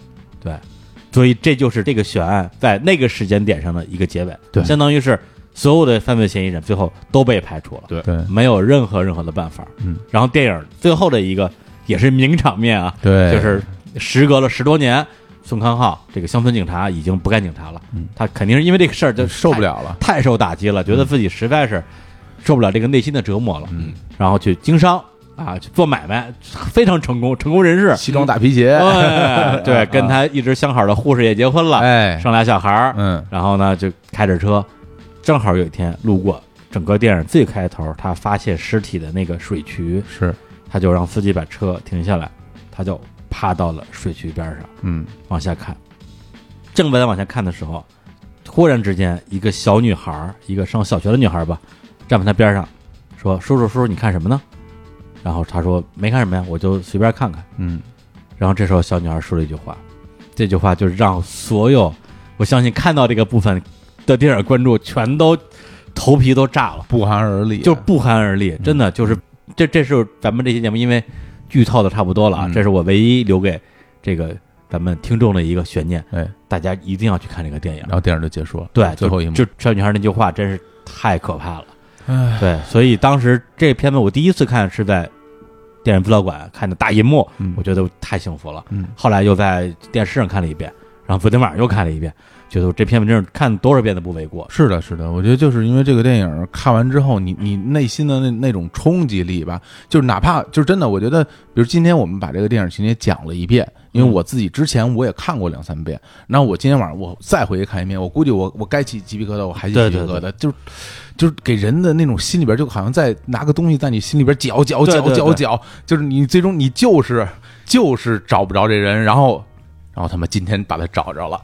B: 所以这就是这个悬案在那个时间点上的一个结尾，
C: 对
B: 相当于是所有的犯罪嫌疑人最后都被排除了，
A: 对
C: 对
B: 没有任何任何的办法。
C: 嗯，
B: 然后电影最后的一个也是名场面啊，
C: 对，
B: 就是时隔了十多年，宋康昊这个乡村警察已经不干警察了，
C: 嗯
B: 他肯定是因为这个事儿就
C: 受不了了，
B: 太，太受打击了，觉得自己实在是受不了这个内心的折磨了，
C: 嗯，
B: 然后去经商啊，去做买卖，非常成功，成功人士。
C: 西装大皮 鞋，
B: 哎 对，跟他一直相好的护士也结婚了，
C: 啊哎，
B: 生俩小孩儿，
C: 嗯，
B: 然后呢就开着车，正好有一天路过整个电影最开头他发现尸体的那个水渠，
C: 是，
B: 他就让司机把车停下来，他就趴到了水渠边上
C: 嗯，
B: 往下看。正在他往下看的时候，忽然之间一个小女孩儿，一个上小学的女孩儿吧，站在他边上说：“叔叔，叔叔，你看什么呢？”然后他说：“没看什么呀，我就随便看看。”
C: 嗯，
B: 然后这时候小女孩说了一句话，这句话就是让所有我相信看到这个部分的电影观众全都头皮都炸了，
C: 不寒而栗，啊
B: 就是不寒而
C: 嗯
B: 栗，真的就是这这是咱们这期节目因为剧透的差不多了啊，
C: 嗯
B: 这是我唯一留给这个咱们听众的一个悬念，
C: 哎，
B: 大家一定要去看这个电影
C: 然。后电影就结束了，
B: 对，
C: 啊最后一幕
B: 就就小女孩那句话真是太可怕了。
C: 哎，
B: 对，所以当时这片子我第一次看是在电影资料馆看的大银幕，
C: 嗯
B: 我觉得太幸福了。
C: 嗯
B: 后来又在电视上看了一遍，然后昨天晚上又看了一遍，觉得这片子真是看多少遍都不为过。
C: 是的，是的，我觉得就是因为这个电影看完之后，你你内心的那那种冲击力吧，就是哪怕就是真的，我觉得，比如今天我们把这个电影情节讲了一遍，因
B: 嗯
C: 为我自己之前我也看过两三遍，那我今天晚上我再回去看一遍，我估计我我该起鸡皮疙瘩，我还起鸡
B: 对
C: 皮
B: 对
C: 疙瘩，就是就是给人的那种心里边就好像在拿个东西在你心里边搅搅
B: 对
C: 搅
B: 对
C: 搅
B: 对
C: 搅，就是你最终你就是就是找不着这人，然后然后他们今天把他找着了。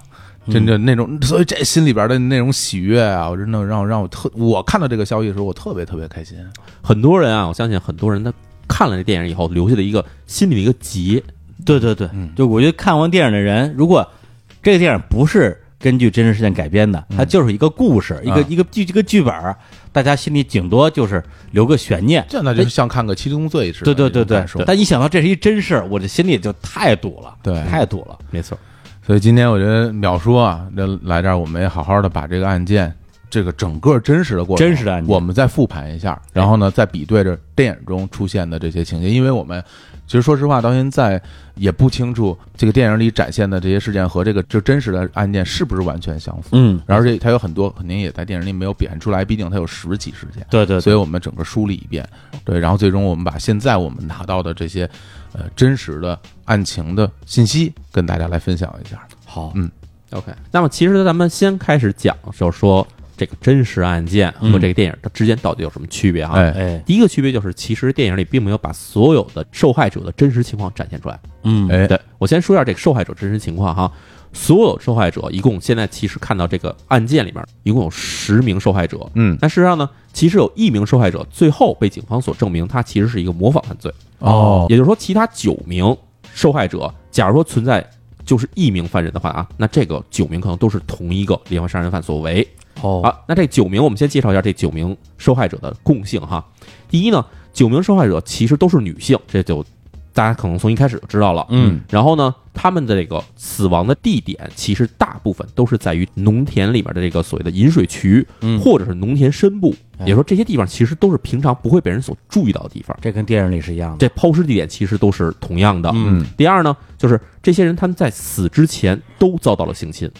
C: 真的那种，所以这心里边的那种喜悦啊，我真的让我让我特，我看到这个消息的时候，我特别特别开心。
A: 很多人啊，我相信很多人他看了这电影以后留下了一个心里的一个结，
B: 对对对，就我觉得看完电影的人，如果这个电影不是根据真实事件改编的，它就是一个故事，一个
C: 啊
B: 一个剧一个剧本儿，大家心里顶多就是留个悬念。
C: 这那就是像看个《七宗罪》似
B: 对
C: 的，
B: 对对对
C: 那种，感受
B: 但一想到这是一真事儿，我这心里就太堵了，
C: 对
B: 太堵了。
A: 没错，
C: 所以今天我觉得淼叔啊，这来这儿，我们也好好的把这个案件，这个整个真实的过程，
B: 真实的案件
C: 我们再复盘一下，然后呢，再比对着电影中出现的这些情节，因为我们其实说实话，到现在也不清楚这个电影里展现的这些事件和这个就真实的案件是不是完全相符。
B: 嗯，
C: 而且它有很多肯定也在电影里没有表现出来，毕竟它有十起事件，
B: 对对
C: 所
B: 对
C: 以我们整个梳理一遍，对，然后最终我们把现在我们拿到的这些呃真实的案情的信息跟大家来分享一下。
B: 好，
A: OK，那嗯么其实咱们先开始讲，就是说这个真实案件和这个电影它之间到底有什么区别哈？啊
C: 哎，
B: 哎，
A: 第一个区别就是，其实电影里并没有把所有的受害者的真实情况展现出来。
B: 嗯，
C: 哎，
A: 对我先说一下这个受害者真实情况哈，所有受害者一共现在其实看到这个案件里面一共有十名受害者，
C: 嗯，
A: 但事实上呢，其实有一名受害者最后被警方所证明他其实是一个模仿犯罪，
C: 哦，
A: 也就是说，其他九名受害者，假如说存在就是一名犯人的话啊，那这个九名可能都是同一个连环杀人犯所为。
B: 哦，
A: 啊，那这九名我们先介绍一下这九名受害者的共性哈。第一呢，九名受害者其实都是女性，这就大家可能从一开始就知道了。
B: 嗯，
A: 然后呢，他们的这个死亡的地点其实大部分都是在于农田里面的这个所谓的饮水渠，
B: 嗯哎
A: 或者是农田深部，也就是说这些地方其实都是平常不会被人所注意到的地方。
B: 这跟电影里是一样的。
A: 这抛尸地点其实都是同样的。
B: 嗯，
A: 第二呢，就是这些人他们在死之前都遭到了性侵，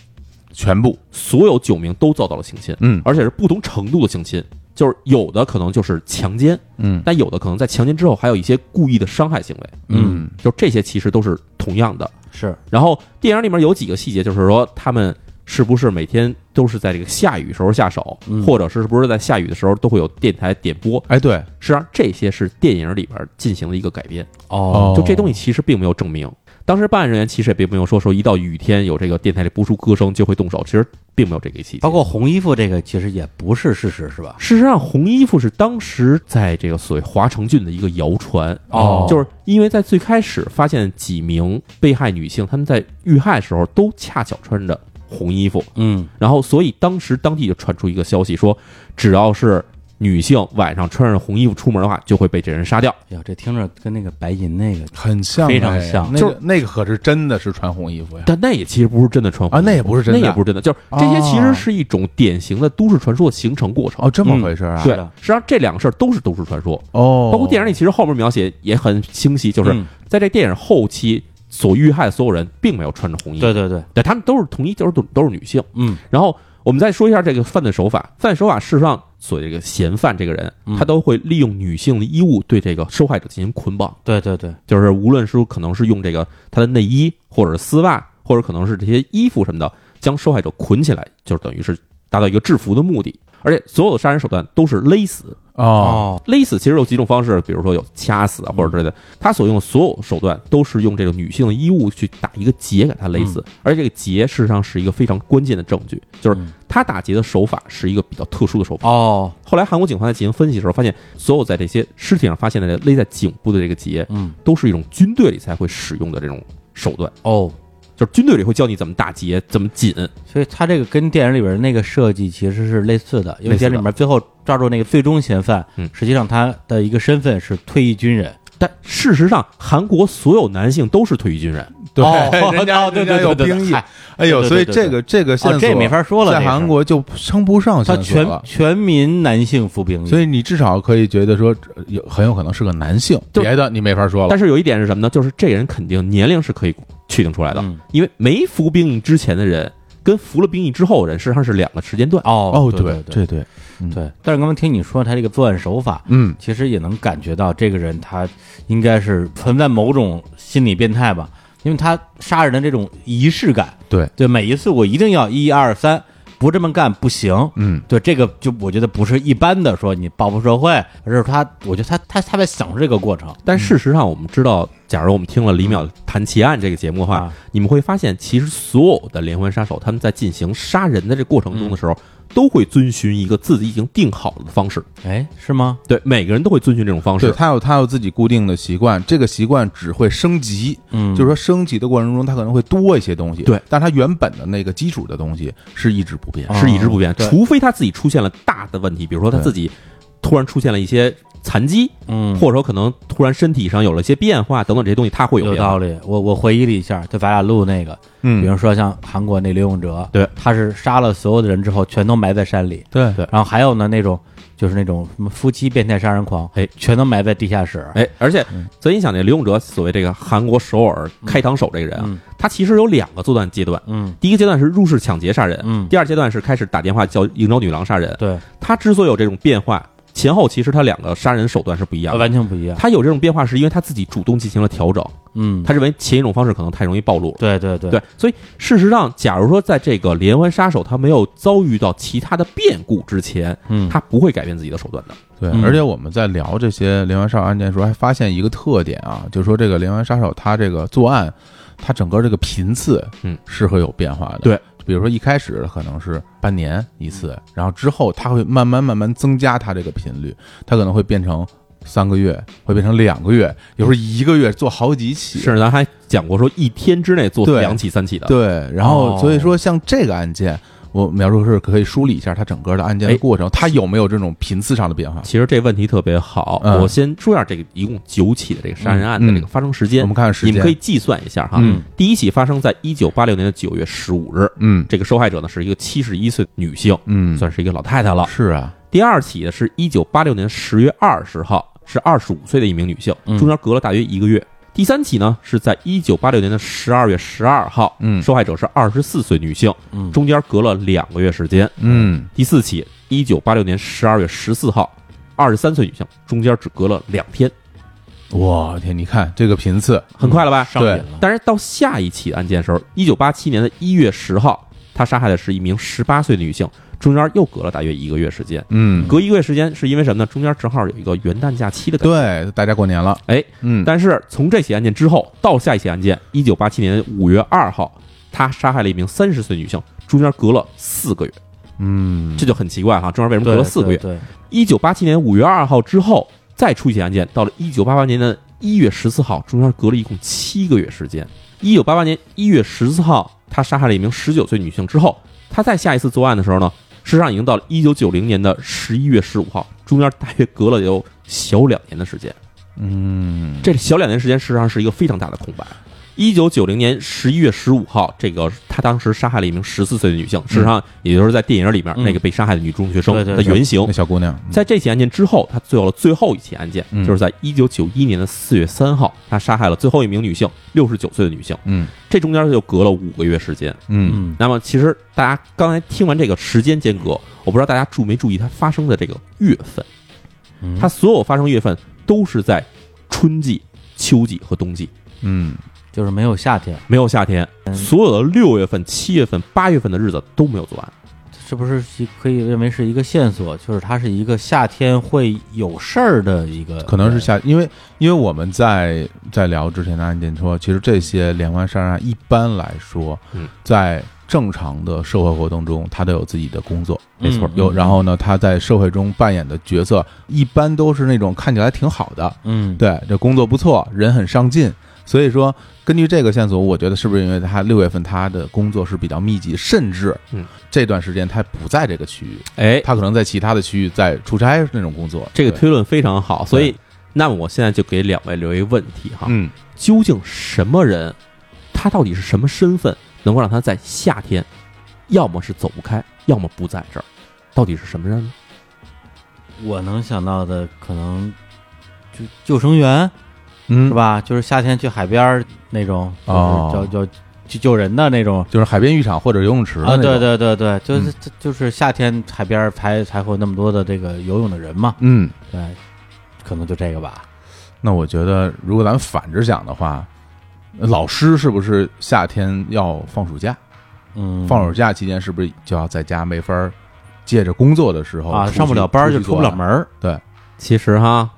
C: 全部，
A: 所有九名都遭到了性侵。
C: 嗯
A: 而且是不同程度的性侵，就是有的可能就是强奸，
C: 嗯
A: 但有的可能在强奸之后还有一些故意的伤害行为，
C: 嗯
A: 就这些其实都是同样的。
B: 是，
A: 然后电影里面有几个细节，就是说他们是不是每天都是在这个下雨时候下手，
B: 嗯
A: 或者是不是在下雨的时候都会有电台点播，
C: 哎，对，
A: 实际上这些是电影里边进行了一个改编，
B: 哦，
A: 就这东西其实并没有证明。当时办案人员其实也并没有说说一到雨天有这个电台里播出歌声就会动手，其实并没有这个细节。
B: 包括红衣服这个其实也不是事实，是吧？
A: 事实上，红衣服是当时在这个所谓华城郡的一个谣传
B: 哦
A: 就是因为在最开始发现几名被害女性，她们在遇害时候都恰巧穿着红衣服，
B: 嗯，
A: 然后所以当时当地就传出一个消息说，只要是女性晚上穿上红衣服出门的话，就会被这人杀掉。
B: 哎呦，这听着跟那个白银那个
C: 很像，
B: 非常
C: 哎
B: 像
C: 那
A: 就是
C: 个那个可是真的是穿红衣服呀，
A: 但那也其实不是真的穿红
C: 啊，
A: 衣服
C: 那也不是真的，
A: 那也不是真的，就是这些其实是一种典型的都市传说的形成过程。
C: 哦，这么回事啊？
A: 对，实
B: 是的
A: 际上这两个事儿都是都市传说，
C: 哦，嗯
A: 包括电影里其实后面描写也很清晰，就
B: 就是是，
A: 在这电影后期所遇害的所有人并没有穿着红衣服，
B: 对对对，
A: 对，他们都是统一，就是都都是女性。
B: 嗯，
A: 然后我们再说一下这个犯罪手法，犯罪手法事实上所这个嫌犯这个人，
B: 嗯
A: 他都会利用女性的衣物对这个受害者进行捆绑，
B: 对对对，
A: 就是无论是可能是用这个他的内衣，或者是丝袜，或者可能是这些衣服什么的，将受害者捆起来，就是等于是达到一个制服的目的。而且所有的杀人手段都是勒死，啊
C: 哦，
A: 勒死其实有几种方式，比如说有掐死啊或者之类的。他所用的所有手段都是用这种女性的衣物去打一个结给他勒死，而且这个结事实上是一个非常关键的证据，就是
B: 嗯
A: 他打结的手法是一个比较特殊的手法。
B: 哦，
A: 后来韩国警方在进行分析的时候，发现所有在这些尸体上发现的勒在颈部的这个结，
B: 嗯
A: 都是一种军队里才会使用的这种手段，
B: 哦，
A: 就是军队里会教你怎么打结、怎么紧。
B: 所以他这个跟电影里边那个设计其实是类似的，因
A: 类
B: 为
A: 似的
B: 电影里面最后抓住那个最终嫌犯，
A: 嗯
B: 实际上他的一个身份是退役军人，
A: 但事实上，韩国所有男性都是退役军人，
C: 对
B: 哦，
C: 人家
B: 哦对
C: 人家
B: 对
C: 有
B: 对对对
C: 兵役
B: 嗨，
C: 哎呦，
B: 对对
C: 所以
B: 对
C: 这个这个线
B: 哦，
C: 索
B: 这也没法说了，
C: 在
B: 这事儿
C: 韩国就称不上
B: 他
C: 线索
B: 全
C: 了。
B: 全民男性服兵役，
C: 所以你至少可以觉得说，呃有很有可能是个男性，
A: 就
C: 别的你没法说了。
A: 但是有一点是什么呢？就是这人肯定年龄是可以确定出来的，
B: 嗯
A: 因为没服兵役之前的人跟服了兵役之后的人，实际上是两个时间段。
B: 哦
C: 哦，
B: 对对
C: 这对，嗯，
B: 对，但是刚刚听你说他这个作案手法，
C: 嗯，
B: 其实也能感觉到这个人他应该是存在某种心理变态吧，因为他杀人的这种仪式感，
C: 对，
B: 对，每一次我一定要一二三，不这么干不行。
C: 嗯，
B: 对，这个就我觉得不是一般的说你报复社会，而是他，我觉得他他他在享受这个过程。
A: 但事实上，我们知道，假如我们听了李淼谈奇案这个节目的话，
B: 啊
A: 你们会发现，其实所有的连环杀手他们在进行杀人的这过程中的时候，都会遵循一个自己已经定好了的方式。
B: 哎，是吗？
A: 对，每个人都会遵循这种方
C: 对
A: 式。
C: 他有他有自己固定的习惯，这个习惯只会升级，
B: 嗯，
C: 就是说升级的过程中，他可能会多一些东西，
A: 对，
C: 但他原本的那个基础的东西是一直不变。
B: 啊
A: 是一直不变，
B: 对
A: 除非他自己出现了大的问题，比如说他
C: 对
A: 自己突然出现了一些残疾，
B: 嗯，
A: 或者说可能突然身体上有了一些变化等等这些东西，他会
B: 有
A: 变化
B: 道。理。我我回忆了一下，就咱俩录那个，比
C: 嗯，
B: 如说像韩国那刘永哲，
A: 对，
B: 他是杀了所有的人之后，全都埋在山里。
C: 对
A: 对
B: 然后还有呢，那种就是那种什么夫妻变态杀人狂，
A: 哎，
B: 全都埋在地下室。
A: 哎，而且所以你想，这刘永哲所谓这个韩国首尔开膛手这个人啊，
B: 嗯
A: 他其实有两个作案阶段，
B: 嗯
A: 第一个阶段是入室抢劫杀人，
B: 嗯
A: 第二阶段是开始打电话叫应州女郎杀人。
B: 对，
A: 他之所以有这种变化，前后其实他两个杀人手段是不一样的。
B: 完全不一样。
A: 他有这种变化，是因为他自己主动进行了调整。
B: 嗯，
A: 他认为前一种方式可能太容易暴露了。
B: 对对对
A: 对，所以事实上，假如说在这个连环杀手他没有遭遇到其他的变故之前，
B: 嗯，
A: 他不会改变自己的手段的。
C: 对，
B: 嗯
C: 而且我们在聊这些连环杀手案件的时候，还发现一个特点啊，就是说这个连环杀手他这个作案，他整个这个频次，
A: 嗯，
C: 是会有变化的。
A: 对，嗯
C: 比如说一开始可能是半年一次，然后之后他会慢慢慢慢增加他这个频率，他可能会变成三个月，会变成两个月，有时候一个月做好几起，
A: 甚至咱还讲过说，一天之内做
C: 对
A: 两起、三起的。
C: 对，然后
B: 哦
C: 所以说像这个案件，我描述是可以梳理一下它整个的案件的
A: 哎
C: 过程，它有没有这种频次上的变化？
A: 其实这问题特别好，
C: 嗯
A: 我先说一下这个一共九起的这个杀人案的这个发生时间，
C: 我们看看时
A: 你
C: 间，
A: 们可以计算一下哈。
C: 嗯
A: 第一起发生在一九八六年的九月十五日，
C: 嗯
A: 这个受害者呢是一个七十一岁女性，
C: 嗯，
A: 算是一个老太太了。
C: 是啊，
A: 第二起呢是一九八六年十月二十号，是二十五岁的一名女性，
B: 嗯
A: 中间隔了大约一个月。第三起呢是在一九八六年的十二月十二号，
C: 嗯
A: 受害者是二十四岁女性，
B: 嗯
A: 中间隔了两个月时间。
C: 嗯
A: 第四起，一九八六年十二月十四号，二十三岁女性，中间只隔了两天，
C: 我天，你看这个频次，
A: 很快了吧？
B: 嗯上瘾了。
A: 但是到下一起案件的时候，一九八七年的一月十号，他杀害的是一名十八岁女性，中间又隔了大约一个月时间。
C: 嗯，
A: 隔一个月时间是因为什么呢？中间正好有一个元旦假期的感觉。
C: 对，大家过年了，
A: 哎，
C: 嗯，
A: 但是从这起案件之后到下一起案件，一九八七年五月二号，他杀害了一名三十岁女性，中间隔了四个月，
C: 嗯，
A: 这就很奇怪哈，中间为什么
B: 对
A: 隔了四个月？
B: 对，对
A: 一九八七年五月二号之后再出一起案件，到了一九八八年的一月十四号，中间隔了一共七个月时间。一九八八年一月十四号，他杀害了一名十九岁女性之后，他再下一次作案的时候呢，事实上已经到了一九九零年的十一月十五号，中间大约隔了有小两年的时间。
C: 嗯，
A: 这小两年时间实际上是一个非常大的空白。一九九零年十一月十五号，这个他当时杀害了一名十四岁的女性，事实上也就是在电影里面
B: 嗯
A: 那个被杀害的女中学生
B: 对对
A: 的
B: 对
A: 原型
C: 那。小姑娘，
A: 在这起案件之后，他做了最后一起案件，
C: 嗯
A: 就是在一九九一年的四月三号，他杀害了最后一名女性，六十九岁的女性。
C: 嗯
A: 这中间就隔了五个月时间。
C: 嗯
B: 嗯，
A: 那么，其实大家刚才听完这个时间间隔，我不知道大家注没注意它发生的这个月份，
C: 嗯
A: 它所有发生月份都是在春季、秋季和冬季，
C: 嗯
B: 就是没有夏天，
A: 没有夏天。
B: 嗯
A: 所有的六月份、七月份、八月份的日子都没有做完。
B: 是不是可以认为是一个线索？就是它是一个夏天会有事儿的一个，
C: 可能是下，因为因为我们在在聊之前的案件说，其实这些连环杀人案一般来说，
A: 嗯
C: 在正常的社会活动中，他都有自己的工作，
B: 没错
C: 有然后呢，他在社会中扮演的角色一般都是那种看起来挺好的，
B: 嗯，
C: 对，这工作不错，人很上进。所以说，根据这个线索，我觉得是不是因为他六月份他的工作是比较密集，甚至
A: 嗯
C: 这段时间他不在这个区域，
A: 哎，
C: 他可能在其他的区域在出差那种工作。
A: 这个
C: 对
A: 推论非常好。所以，那么我现在就给两位留一个问题哈：
C: 嗯
A: 究竟什么人，他到底是什么身份，能够让他在夏天，要么是走不开，要么不在这儿？到底是什么人呢？
B: 我能想到的可能就救生员
C: 嗯
B: 是？吧？就是夏天去海边儿那种，就是
C: 哦
B: 叫叫去救人的那种。
C: 就是海边浴场或者游泳池的
B: 啊，
C: 那
B: 对
C: 种
B: 对对对，就是、这就是夏天海边儿才才会有那么多的这个游泳的人嘛，
C: 嗯，
B: 对，可能就这个吧。
C: 那我觉得如果咱们反着想的话，老师是不是夏天要放暑假？
B: 嗯，
C: 放暑假期间是不是就要在家没法儿借着工作的时候
B: 啊，
C: 出去
B: 上不了班儿
C: 出
B: 就
C: 去
B: 出
C: 作
B: 不了
C: 案
B: 门儿。
C: 对，
A: 其实哈，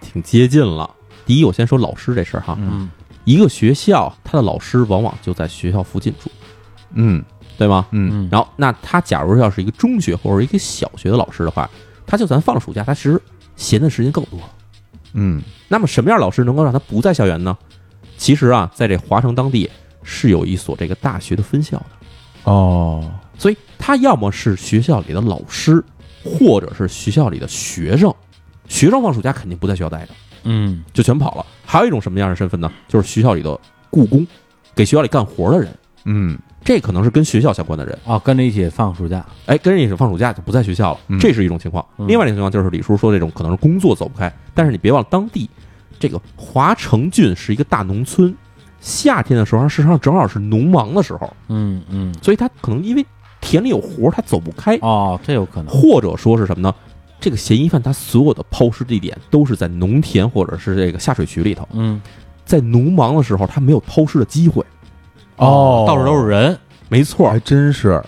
A: 挺接近了。第一，我先说老师这事儿哈，
B: 嗯
A: 一个学校他的老师往往就在学校附近住，
C: 嗯
A: 对吗？
C: 嗯
B: 嗯，
A: 然后，那他假如要是一个中学或者一个小学的老师的话，他就算放了暑假，他其实闲的时间更多。
C: 嗯
A: 那么，什么样的老师能够让他不在校园呢？其实啊，在这华城当地是有一所这个大学的分校的，
C: 哦，
A: 所以他要么是学校里的老师，或者是学校里的学生。学生放暑假肯定不在学校待着。
B: 嗯
A: 就全跑了。还有一种什么样的身份呢？就是学校里的雇工，给学校里干活的人，
C: 嗯
A: 这可能是跟学校相关的人。
B: 哦，跟着一起放暑假。
A: 哎，跟人一起放暑假就不在学校了
C: 嗯，
A: 这是一种情况。
B: 嗯
A: 另外一种情况就是李叔说这种可能是工作走不开，但是你别忘了当地这个华城郡是一个大农村，夏天的时候事实上正好是农忙的时候，
B: 嗯嗯，
A: 所以他可能因为田里有活儿他走不开，
B: 哦，这有可能。
A: 或者说是什么呢？这个嫌疑犯他所有的抛尸地点都是在农田或者是这个下水渠里头，
B: 嗯，
A: 在农忙的时候他没有抛尸的机会。
C: 哦，
B: 到处都是人。
A: 没错
C: 还
A: 儿，
C: 真是，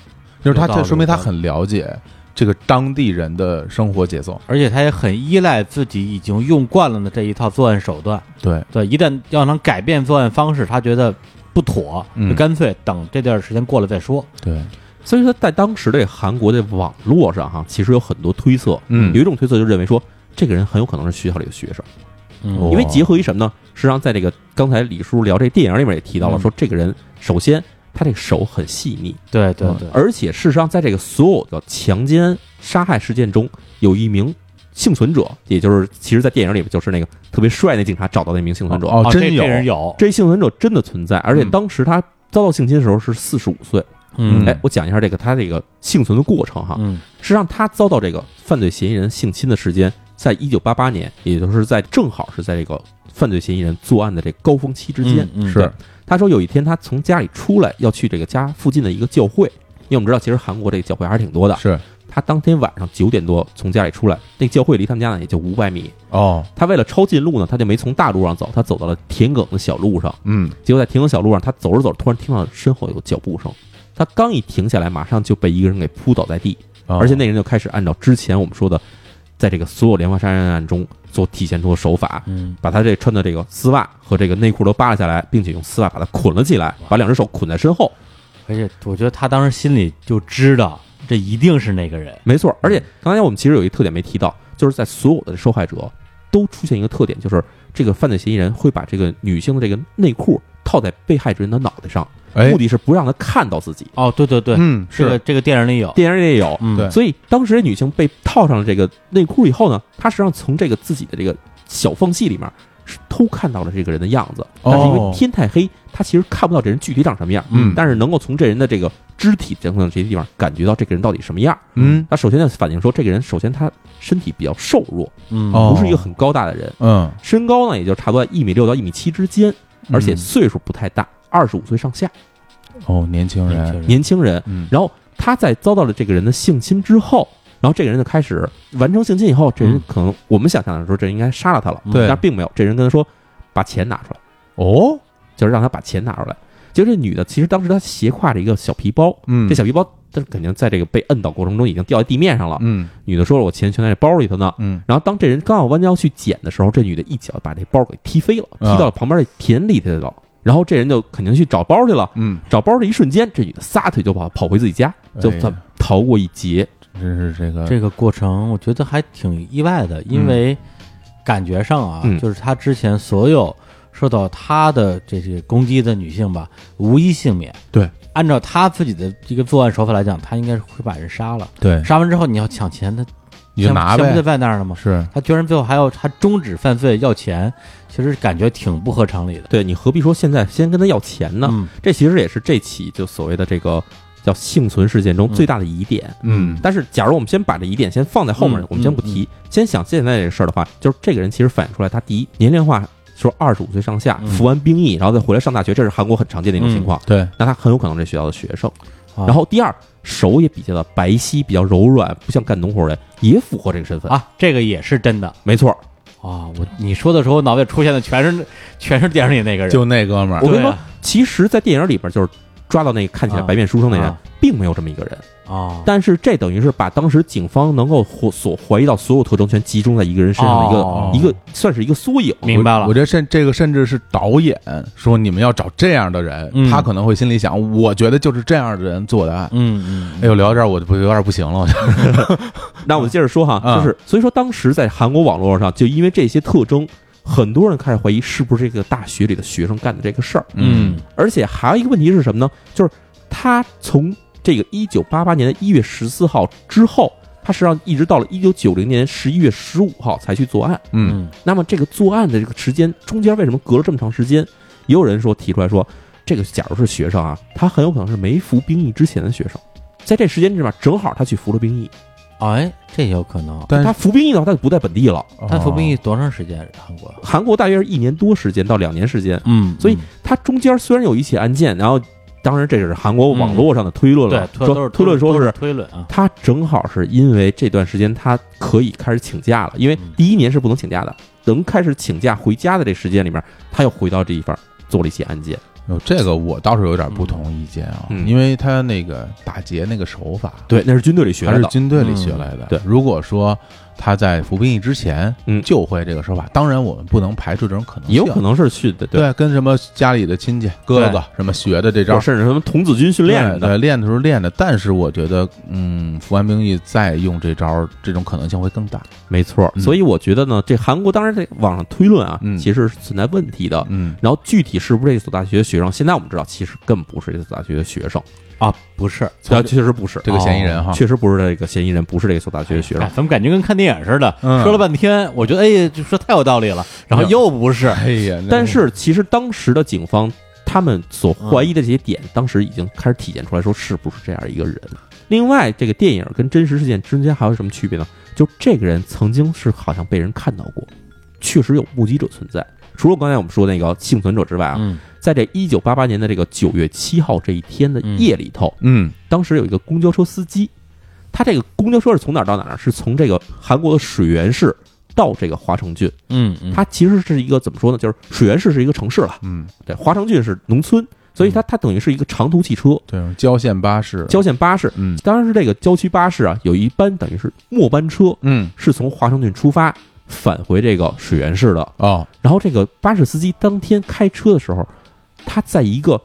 C: 就是他
B: 有道
C: 这
B: 理
C: 说明他很了解这个当地人的生活节奏。
B: 而且他也很依赖自己已经用惯了的这一套作案手段，
C: 对，
B: 对，一旦要能改变作案方式，他觉得不妥，
C: 嗯
B: 就干脆等这段时间过了再说。
C: 对，
A: 所以说在当时这韩国的网络上哈，其实有很多推测，
C: 嗯
A: 有一种推测就认为说，这个人很有可能是学校里的学生，
B: 嗯
C: 哦
A: 因为结合于什么呢？实际上在这个刚才李叔聊这电影里面也提到了，
B: 嗯
A: 说这个人首先他这个手很细腻，
B: 哦对对对，
A: 而且事实上在这个所有的强奸杀害事件中，有一名幸存者，也就是其实，在电影里面就是那个特别帅那警察找到那名幸存者，
C: 哦
B: 哦，这
C: 真有
B: 这人有，
A: 这幸存者真的存在，而且
C: 嗯
A: 当时他遭到性侵的时候是四十五岁。
B: 嗯
A: 哎，我讲一下这个他这个幸存的过程哈。
B: 嗯
A: 实际上，他遭到这个犯罪嫌疑人性侵的时间，在一九八八年，也就是在正好是在这个犯罪嫌疑人作案的这个高峰期之间。
B: 嗯嗯
C: 是
A: 他说有一天他从家里出来，要去这个家附近的一个教会，因为我们知道其实韩国这个教会还是挺多的。
C: 是
A: 他当天晚上九点多从家里出来，那教会离他们家呢也就五百米。
C: 哦，
A: 他为了抄近路呢，他就没从大路上走，他走到了田埂的小路上。
C: 嗯
A: 结果在停车小路上，他走着走着，突然听到身后有脚步声。他刚一停下来，马上就被一个人给扑倒在地，
C: 哦
A: 而且那人就开始按照之前我们说的，在这个所有连环杀人案中所体现出的手法，
B: 嗯
A: 把他这穿的这个丝袜和这个内裤都扒拉下来，并且用丝袜把他捆了起来，把两只手捆在身后。
B: 而且我觉得他当时心里就知道这一定是那个人，
A: 没错，而且刚才我们其实有一个特点没提到，就是在所有的受害者都出现一个特点，就是这个犯罪嫌疑人会把这个女性的这个内裤套在被害人的脑袋上，
C: 哎
A: 目的是不让他看到自己。
B: 哦，对对对，
C: 嗯，
B: 这个
C: 是，
B: 这个电影里有，
A: 电影里也有，
B: 嗯
C: 对
A: 所以当时这女性被套上了这个内裤以后呢，她实际上从这个自己的这个小缝隙里面是偷看到了这个人的样子，
C: 哦
A: 但是因为天太黑，她其实看不到这人具体长什么样，
C: 嗯
A: 但是能够从这人的这个肢体等等这些地方感觉到这个人到底什么样。
C: 嗯，
A: 那首先呢，反映说这个人首先他身体比较瘦弱，
B: 嗯
C: 哦
A: 不是一个很高大的人，
C: 嗯，
A: 身高呢也就差不多在一米六到一米七之间，而且岁数不太大，二十五岁上下，
C: 嗯哦，年轻
B: 年轻
C: 人，
B: 人
A: 年轻人。
C: 嗯，
A: 然后他在遭到了这个人的性侵之后，然后这个人就开始完成性侵以后，这人
B: 嗯
A: 可能我们想象的说，这人应该杀了他了，
C: 对
A: 但并没有。这人跟他说把钱拿出来，
C: 哦，
A: 就是让他把钱拿出来。结果这女的其实当时她斜挎着一个小皮包，
C: 嗯，
A: 这小皮包但是肯定在这个被摁倒过程中已经掉在地面上了。
C: 嗯
A: 女的说了，我钱全在这包里头呢。
C: 嗯，
A: 然后当这人刚要弯腰去捡的时候，这女的一脚把这包给踢飞了，踢
C: 啊
A: 到了旁边的田里去了。然后这人就肯定去找包去了。
C: 嗯，
A: 找包的一瞬间，这女的撒腿就跑，跑回自己家，就
C: 哎呀
A: 算逃过一劫。
C: 真是这个，
B: 这个过程我觉得还挺意外
C: 嗯
B: 的，因为感觉上啊，
A: 嗯
B: 就是他之前所有受到他的这些攻击的女性吧，无一幸免。
C: 对，
B: 按照他自己的这个作案手法来讲，他应该是会把人杀了。
C: 对，
B: 杀完之后你要抢钱，他
C: 你就
B: 钱
C: 拿
B: 钱不就
C: 呗，
B: 在那儿了吗？
C: 是，
B: 他居然最后还要他终止犯罪要钱，其实感觉挺不合常理的。
A: 对你何必说现在先跟他要钱呢？
B: 嗯
A: 这其实也是这起就所谓的这个叫幸存事件中最大的疑点。
C: 嗯
A: 但是，假如我们先把这疑点先放在后面，
B: 嗯
A: 我们先不提，先想现在这个事儿的话，就是这个人其实反映出来，他第一年龄化说二十五岁上下，
B: 嗯
A: 服完兵役，然后再回来上大学，这是韩国很常见的一种情况。
C: 对，
A: 那他很有可能这学校的学生。
B: 啊
A: 然后第二，手也比较的白皙，比较柔软，不像干农活的，也符合这个身份。
B: 啊，这个也是真的啊、啊
A: 没错，
B: 我你说的时候，我脑袋出现的全是全是电影里那个人。
C: 就那哥们儿
A: 我跟你
B: 对
A: 说
B: 啊，
A: 其实，在电影里边就是抓到那个看起来白面书生那人
B: 啊，
A: 并没有这么一个人。
B: 啊，
A: 但是这等于是把当时警方能够所所怀疑到所有特征全集中在一个人身上的一个、
B: 哦
A: 一个，算是一个缩影。
B: 明白了
C: 我。觉得甚这个甚至是导演说你们要找这样的人，
B: 嗯
C: 他可能会心里想，我觉得就是这样的人做的案。
B: 嗯嗯
C: 哎呦，聊到这儿我就不有点不行了，我就
A: 那我们接着说哈，
B: 啊
C: 嗯
A: 就是所以说当时在韩国网络上，就因为这些特征，很多人开始怀疑是不是这个大学里的学生干的这个事儿。
B: 嗯，
A: 而且还有一个问题是什么呢？就是他从这个一九八八年的一月十四号之后，他实际上一直到了一九九零年十一月十五号才去作案。
C: 嗯
B: 嗯
A: 那么这个作案的这个时间中间为什么隔了这么长时间？也有人说提出来说，这个假如是学生啊，他很有可能是没服兵役之前的学生，在这时间里面正好他去服了兵役，
B: 哎，这有可能。
C: 但
A: 他
C: 是哦
A: 服兵役的话他就不在本地了。
B: 他服兵役多长时间？韩国？
A: 韩国大约是一年多时间到两年时间，
B: 嗯
A: 所以他中间虽然有一起案件，然后当然这是韩国网络上的推论
B: 对
A: 了，
B: 推
A: 说
B: 都是
A: 推论说
B: 都
A: 是
B: 推论啊。
A: 他正好是因为这段时间他可以开始请假了，因为
B: 嗯
A: 第一年是不能请假的，能开始请假回家的这时间里面，他又回到这一方做了一些案件。
C: 哦这个我倒是有点不同意见啊，
A: 嗯
C: 因为他那个打劫那个手法，
A: 对，那是军队里学
C: 他
A: 来
C: 是
A: 的。
C: 军队里学来的。
A: 对
C: 如果说他在服兵役之前
A: 嗯
C: 就会这个手法，当然我们不能排除这种可能性，
A: 也有可能是去的，
C: 对，跟什么家里的亲戚、哥哥什么学的这招
A: 或。甚至什么童子军训
C: 对
A: 练什么的，
C: 对，练的时候练的，但是我觉得，嗯，服完兵役再用这招，这种可能性会更大。
A: 没错。
C: 嗯
A: 所以我觉得呢，这韩国当然在网上推论啊，
C: 嗯
A: 其实是存在问题的。
C: 嗯，
A: 然后具体是不是这所大学的学生，现在我们知道其实更不是这所大学的学生，
B: 啊，不是，
A: 啊，确实不是，
C: 这个嫌疑人哈，
A: 确实不是这个嫌疑人，不是这所大学的学生
B: 哎。怎么感觉跟看电影似的？
C: 嗯
B: 说了半天，我觉得哎，就说太有道理了，然后又不是。
C: 哎呀，那嗯
A: 但是其实当时的警方他们所怀疑的这些点，当时已经开始体现出来说是不是这样一个人。另外，这个电影跟真实事件之间还有什么区别呢？就这个人曾经是好像被人看到过，确实有目击者存在。除了刚才我们说那个幸存者之外啊，
B: 嗯
A: 在这一九八八年的这个九月七号这一天的夜里头，
C: 嗯，
A: 当时有一个公交车司机，他这个公交车是从哪儿到哪儿呢？是从这个韩国的水源市到这个华城郡。
B: 嗯嗯，
A: 它其实是一个怎么说呢？就是水源市是一个城市了，
C: 嗯，
A: 对，华城郡是农村，所以它它等于是一个长途汽车
C: 对，郊县巴士，
A: 郊县巴士。
C: 嗯
A: 当然是这个郊区巴士啊，有一班等于是末班车
C: 嗯，
A: 是从华城郡出发返回这个水源市的。
C: 哦，
A: 然后这个巴士司机当天开车的时候，他在一个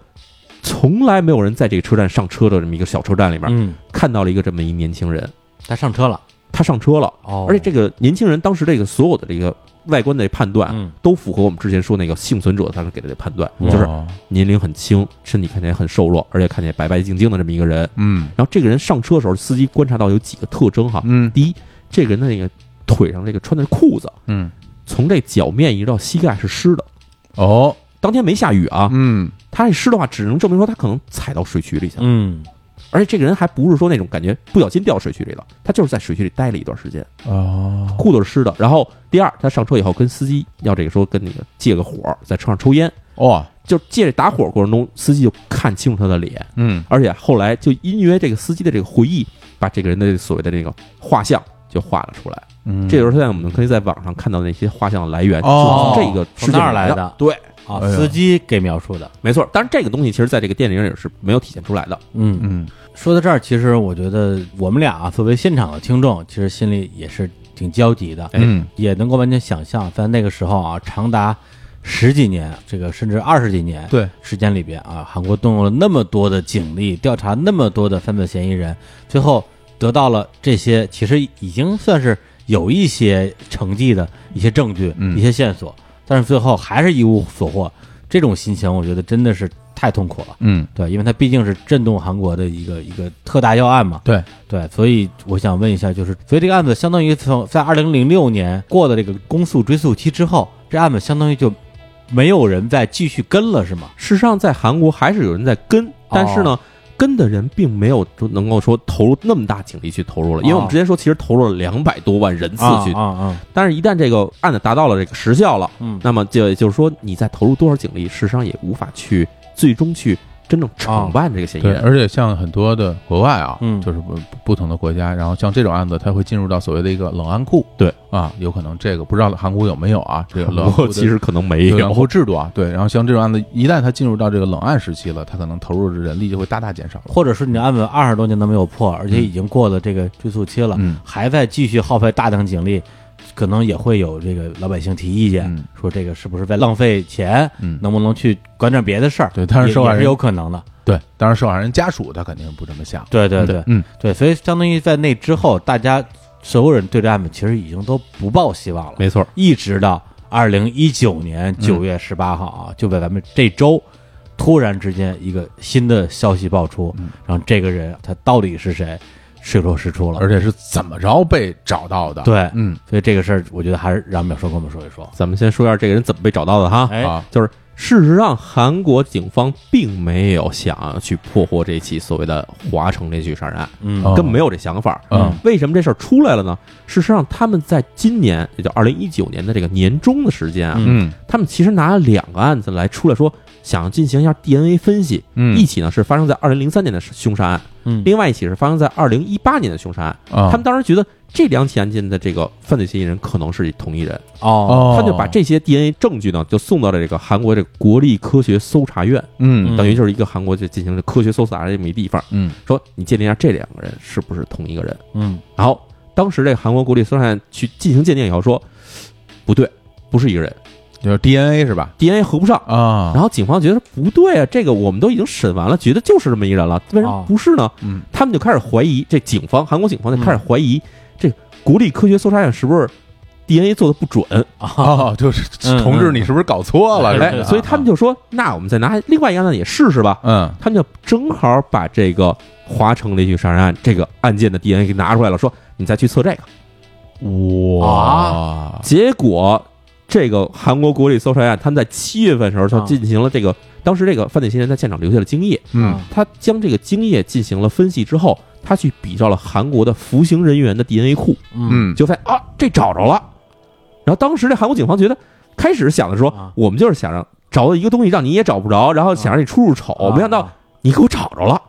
A: 从来没有人在这个车站上车的这么一个小车站里面，
B: 嗯，
A: 看到了一个这么一年轻人，
B: 他上车了。
A: 他上车了。
B: 哦
A: 而且这个年轻人当时这个所有的这个外观的判断，
B: 嗯
A: 都符合我们之前说那个幸存者当时给的这判断，
B: 嗯
A: 就是
C: 哦
A: 年龄很轻，身体看起来很瘦弱，而且看起来白白净净的这么一个人。
C: 嗯
A: 然后这个人上车的时候，司机观察到有几个特征哈，
C: 嗯
A: 第一，这个人的那个腿上这个穿的裤子，
C: 嗯
A: 从这脚面一直到膝盖是湿的。
C: 哦
A: 当天没下雨啊，
C: 嗯
A: 他这湿的话，只能证明说他可能踩到水渠里去了。
B: 嗯
A: 而且这个人还不是说那种感觉不小心掉水渠里了，他就是在水渠里待了一段时间，
C: 哦
A: 裤子是湿的。然后第二，他上车以后跟司机要这个说跟那个借个火，在车上抽烟，
C: 哦
A: 就借着打火过程中，司机就看清楚他的脸，
C: 嗯
A: 而且后来就因为这个司机的这个回忆，把这个人的所谓的这个画像就画了出来。
C: 嗯，
A: 这就是现在我们可以在网上看到那些画像的来源，
C: 哦
A: 就是从这个事
B: 从那
A: 件
B: 儿来
A: 的
B: 的。
A: 对，
B: 啊，
C: 哎呀
B: 司机给描述的，
A: 没错。但是这个东西其实在这个电影里是没有体现出来的。
B: 嗯
C: 嗯
B: 说到这儿，其实我觉得我们俩、啊、作为现场的听众，其实心里也是挺焦急的，
C: 嗯
B: 也能够完全想象，在那个时候啊，长达十几年，这个甚至二十几年
C: 对
B: 时间里边啊，韩国动用了那么多的警力，调查那么多的犯罪嫌疑人，最后得到了这些其实已经算是有一些成绩的一些证据、
C: 嗯
B: 一些线索，但是最后还是一无所获，这种心情我觉得真的是太痛苦了。
C: 嗯
B: 对，因为它毕竟是震动韩国的一个一个特大要案嘛。
C: 对
B: 对，所以我想问一下，就是所以这个案子相当于从在二零零六年过了这个公诉追诉期之后，这案子相当于就没有人再继续跟了，是吗？
A: 事实上，在韩国还是有人在
C: 哦
A: 跟，但是呢，跟的人并没有说能够说投入那么大警力去投入了，因为我们
C: 哦
A: 之前说，其实投入了两百多万人次去，
B: 啊啊啊，
A: 但是一旦这个案子达到了这个时效了，
B: 嗯，
A: 那么就也就是说，你再投入多少警力，事实上也无法去最终去真正惩办这个嫌疑
C: 对，
A: 人。
C: 而且像很多的国外啊，
B: 嗯
C: 就是不不同的国家，然后像这种案子，它会进入到所谓的一个冷案库，
A: 对
C: 啊，有可能这个不知道韩国有没有啊，这个冷
A: 不
C: 案库
A: 过
C: 的
A: 其实可能没
C: 对冷
A: 有
C: 案，库制度啊，对，然后像这种案子，一旦它进入到这个冷案时期了，它可能投入的人力就会大大减少了，
B: 或者说你的案子二十多年都没有破，而且已经过了这个追诉期了，
C: 嗯
B: 还在继续耗费大量警力，可能也会有这个老百姓提意见，
C: 嗯
B: 说这个是不是在浪费钱，
C: 嗯，
B: 能不能去管点别的事儿？
C: 对但是
B: 也
C: 受害
B: 也是
C: 人
B: 有可能的。
C: 对，当然受害人家属他肯定不这么想，
B: 对对对，
C: 嗯
B: 对，所以相当于在那之后，大家所有人对这案子其实已经都不抱希望了，
A: 没嗯错。
B: 一直到二零一九年九月十八号啊，就在咱们这周，突然之间一个新的消息爆出，
A: 嗯
B: 然后这个人他到底是谁，水落石出了。
C: 而且是怎么着被找到的，，
B: 对，
C: 嗯
B: 所以这个事儿，我觉得还是让淼叔跟我们说一说。
A: 咱们先说一下这个人怎么被找到的哈。
B: 哎，
C: 啊，
A: 就是事实上，韩国警方并没有想要去破获这起所谓的华城连续杀人案，
B: 嗯
C: 哦
A: 根本没有这想法。
C: 嗯
A: 为什么这事儿出来了呢？事实上，他们在今年，也就二零一九年的这个年中的时间啊，
B: 嗯
C: 嗯
A: 他们其实拿了两个案子来出来说，想要进行一下 DNA 分析。
C: 嗯，
A: 一起呢是发生在二零零三年的凶杀案，
B: 嗯
A: 另外一起是发生在二零一八年的凶杀案。
C: 啊
A: 他们当时觉得这两起案件的这个犯罪嫌疑人可能是同一人，
B: 哦，
C: 哦，
A: 他就把这些 DNA 证据呢就送到了这个韩国这个国立科学搜查院，
C: 嗯
A: 等于就是一个韩国就进行了科学搜查的这么一地方，
C: 嗯
A: 说你鉴定一下这两个人是不是同一个人。
B: 嗯
A: 然后当时这个韩国国立搜查院去进行鉴定以后说，不对，不是一个人
C: 就是 DNA 是吧？
A: ，DNA 合不上。
C: 啊，
A: 然后警方觉得不对啊，这个我们都已经审完了，觉得就是这么一人了，为什么
B: 哦
A: 不是呢？
C: 嗯
A: 他们就开始怀疑，这警方韩国警方就开始怀疑，这国立科学搜查院是不是 DNA 做的不准？
C: 哦，就是
B: 嗯
C: 同志，你是不是搞错了？
B: 嗯
C: 啊是
A: 哎，
C: 吧
A: 所以他们就说，那我们再拿另外一个案子也试试吧。
C: 嗯
A: 他们就正好把这个华城连续杀人案这个案件的 DNA 给拿出来了，说你再去测这个。
B: 啊
C: 哇，
A: 结果，这个韩国国立搜查院他们在七月份的时候，就
B: 啊
A: 进行了这个，当时这个犯罪嫌疑人在现场留下了精液，
C: 嗯
A: 他将这个精液进行了分析之后，他去比照了韩国的服刑人员的 DNA 库，
B: 嗯
C: 嗯，
A: 就发现啊，这找着了。然后当时这韩国警方觉得，开始想的说
B: 啊，
A: 我们就是想让找到一个东西，让你也找不着，然后想让你出入丑，没想到
B: 啊
A: 你给我找着了。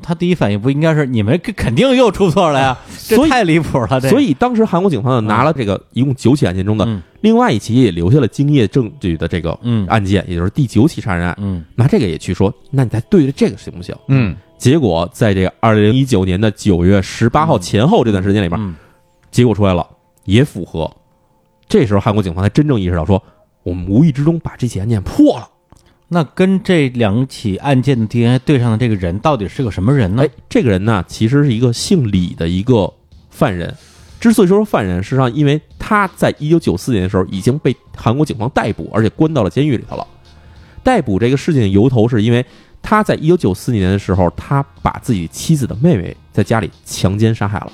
B: 他第一反应不应该是你们肯定又出错了呀，
A: 所
B: 这
A: 以
B: 太离谱了，这
A: 所以当时韩国警方呢拿了这个一共九起案件中的
B: 嗯
A: 另外一起也留下了精液证据的这个
B: 嗯
A: 案件，也就是第九起杀人案，
B: 嗯
A: 拿这个也去说，那你再对对这个行不行？
C: 嗯
A: 结果在这个二零一九年的九月十八号前后这段时间里面，
B: 嗯
A: 结果出来了，也符合。这时候韩国警方才真正意识到说，我们无意之中把这起案件破了。
B: 那跟这两起案件的 DNA 对上的这个人到底是个什么人呢
A: 哎？，这个人呢，其实是一个姓李的一个犯人。之所以说是犯人，实际上因为他在一九九四年的时候已经被韩国警方逮捕，而且关到了监狱里头了。逮捕这个事情的由头是因为他在一九九四年的时候，他把自己妻子的妹妹在家里强奸杀害了。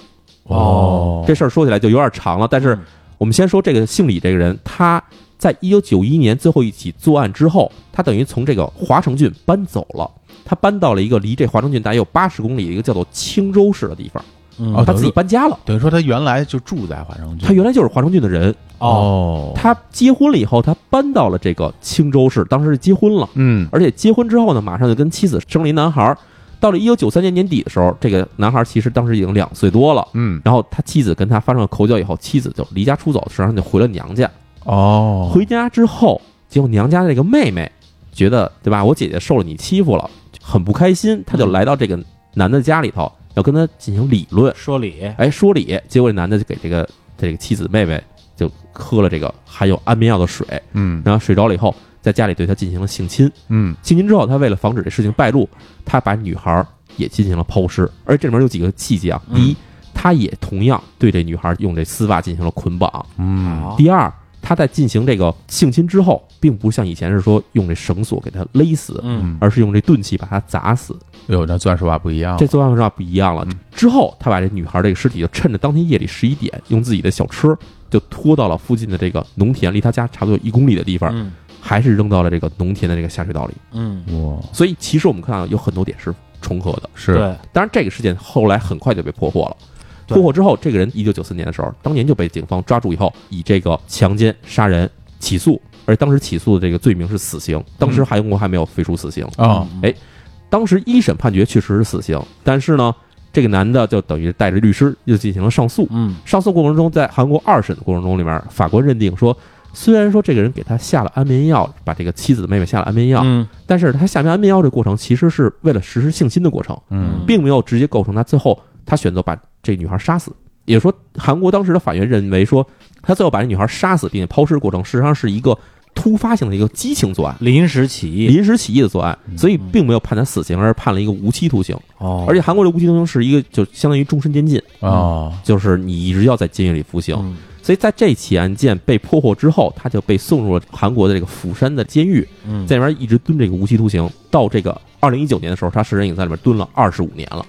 B: 哦
A: 这事儿说起来就有点长了，但
C: 嗯
A: 是我们先说这个姓李这个人，他在一九九一年最后一起作案之后，他等于从这个华城郡搬走了，他搬到了一个离这华城郡大约有八十公里的一个叫做青州市的地方，
B: 嗯
C: 哦
A: 他自己搬家了。
C: 等于说他原来就住在华盛顿，
A: 他原来就是华城郡的人，
C: 哦，
A: 他结婚了以后，他搬到了这个青州市，当时是结婚了，
C: 嗯
A: 而且结婚之后呢，马上就跟妻子生了一男孩儿。到了一九九三年年底的时候，这个男孩其实当时已经两岁多了。
C: 嗯
A: 然后他妻子跟他发生了口角以后，妻子就离家出走，实际上就回了娘家。
C: 哦，
A: 回家之后，结果娘家的这个妹妹觉得，对吧？我姐姐受了你欺负了，很不开心，她就来到这个男的家里头，要跟他进行理论，
B: 说理，
A: 哎，说理。结果这男的就给这个这个妻子妹妹就喝了这个含有安眠药的水，
C: 嗯
A: 然后睡着了以后，在家里对她进行了性侵。
C: 嗯
A: 性侵之后，他为了防止这事情败露，他把女孩儿也进行了抛尸。而这里面有几个细节啊，
B: 嗯
A: 第一，他也同样对这女孩儿用这丝袜进行了捆绑；
C: 嗯，
B: 哦
A: 第二，他在进行这个性侵之后，并不像以前是说用这绳索给她勒死，
B: 嗯，
A: 而是用这钝器把她砸死。
C: 哟，那钻石袜不一
B: 哦
C: 样，
A: 这做案上不一样了
C: 嗯。
A: 之后，他把这女孩儿这个尸体就趁着当天夜里十一点，用自己的小车就拖到了附近的这个农田，离他家差不多有一公里的地方，
B: 嗯
A: 还是扔到了这个农田的这个下水道里。
B: 嗯，
C: 哇
A: 所以其实我们看到有很多点是重合的。
C: 是
B: 对
A: 当然，这个事件后来很快就被破获了。
B: 对
A: 破获之后，这个人一九九四年的时候，当年就被警方抓住以后，以这个强奸、杀人起诉，而当时起诉的这个罪名是死刑。当时韩国还没有废除死刑，
C: 啊，
B: 嗯
A: 哎当时一审判决确实是死刑，但是呢，这个男的就等于带着律师又进行了上诉。
B: 嗯
A: 上诉过程中，在韩国二审的过程中里面，法官认定说，虽然说这个人给他下了安眠药，把这个妻子的妹妹下了安眠药，
B: 嗯
A: 但是他下面安眠药这过程其实是为了实施性侵的过程，
C: 嗯
A: 并没有直接构成他最后他选择把这女孩杀死。也就是说，韩国当时的法院认为说，他最后把这女孩杀死并且抛尸的过程，实际上是一个突发性的一个激情作案、
B: 临时起义
A: 临时起意的作案，所以并没有判他死刑，而是判了一个无期徒刑。
B: 嗯哦
A: 而且韩国的无期徒刑是一个就相当于终身监禁，
C: 哦，
A: 就是你一直要在监狱里服刑。
B: 嗯
A: 所以在这起案件被破获之后，他就被送入了韩国的这个釜山的监狱。
B: 嗯
A: 在里面一直蹲这个无期徒刑，到这个二零一九年的时候，他实人已经在里面蹲了二十五年了。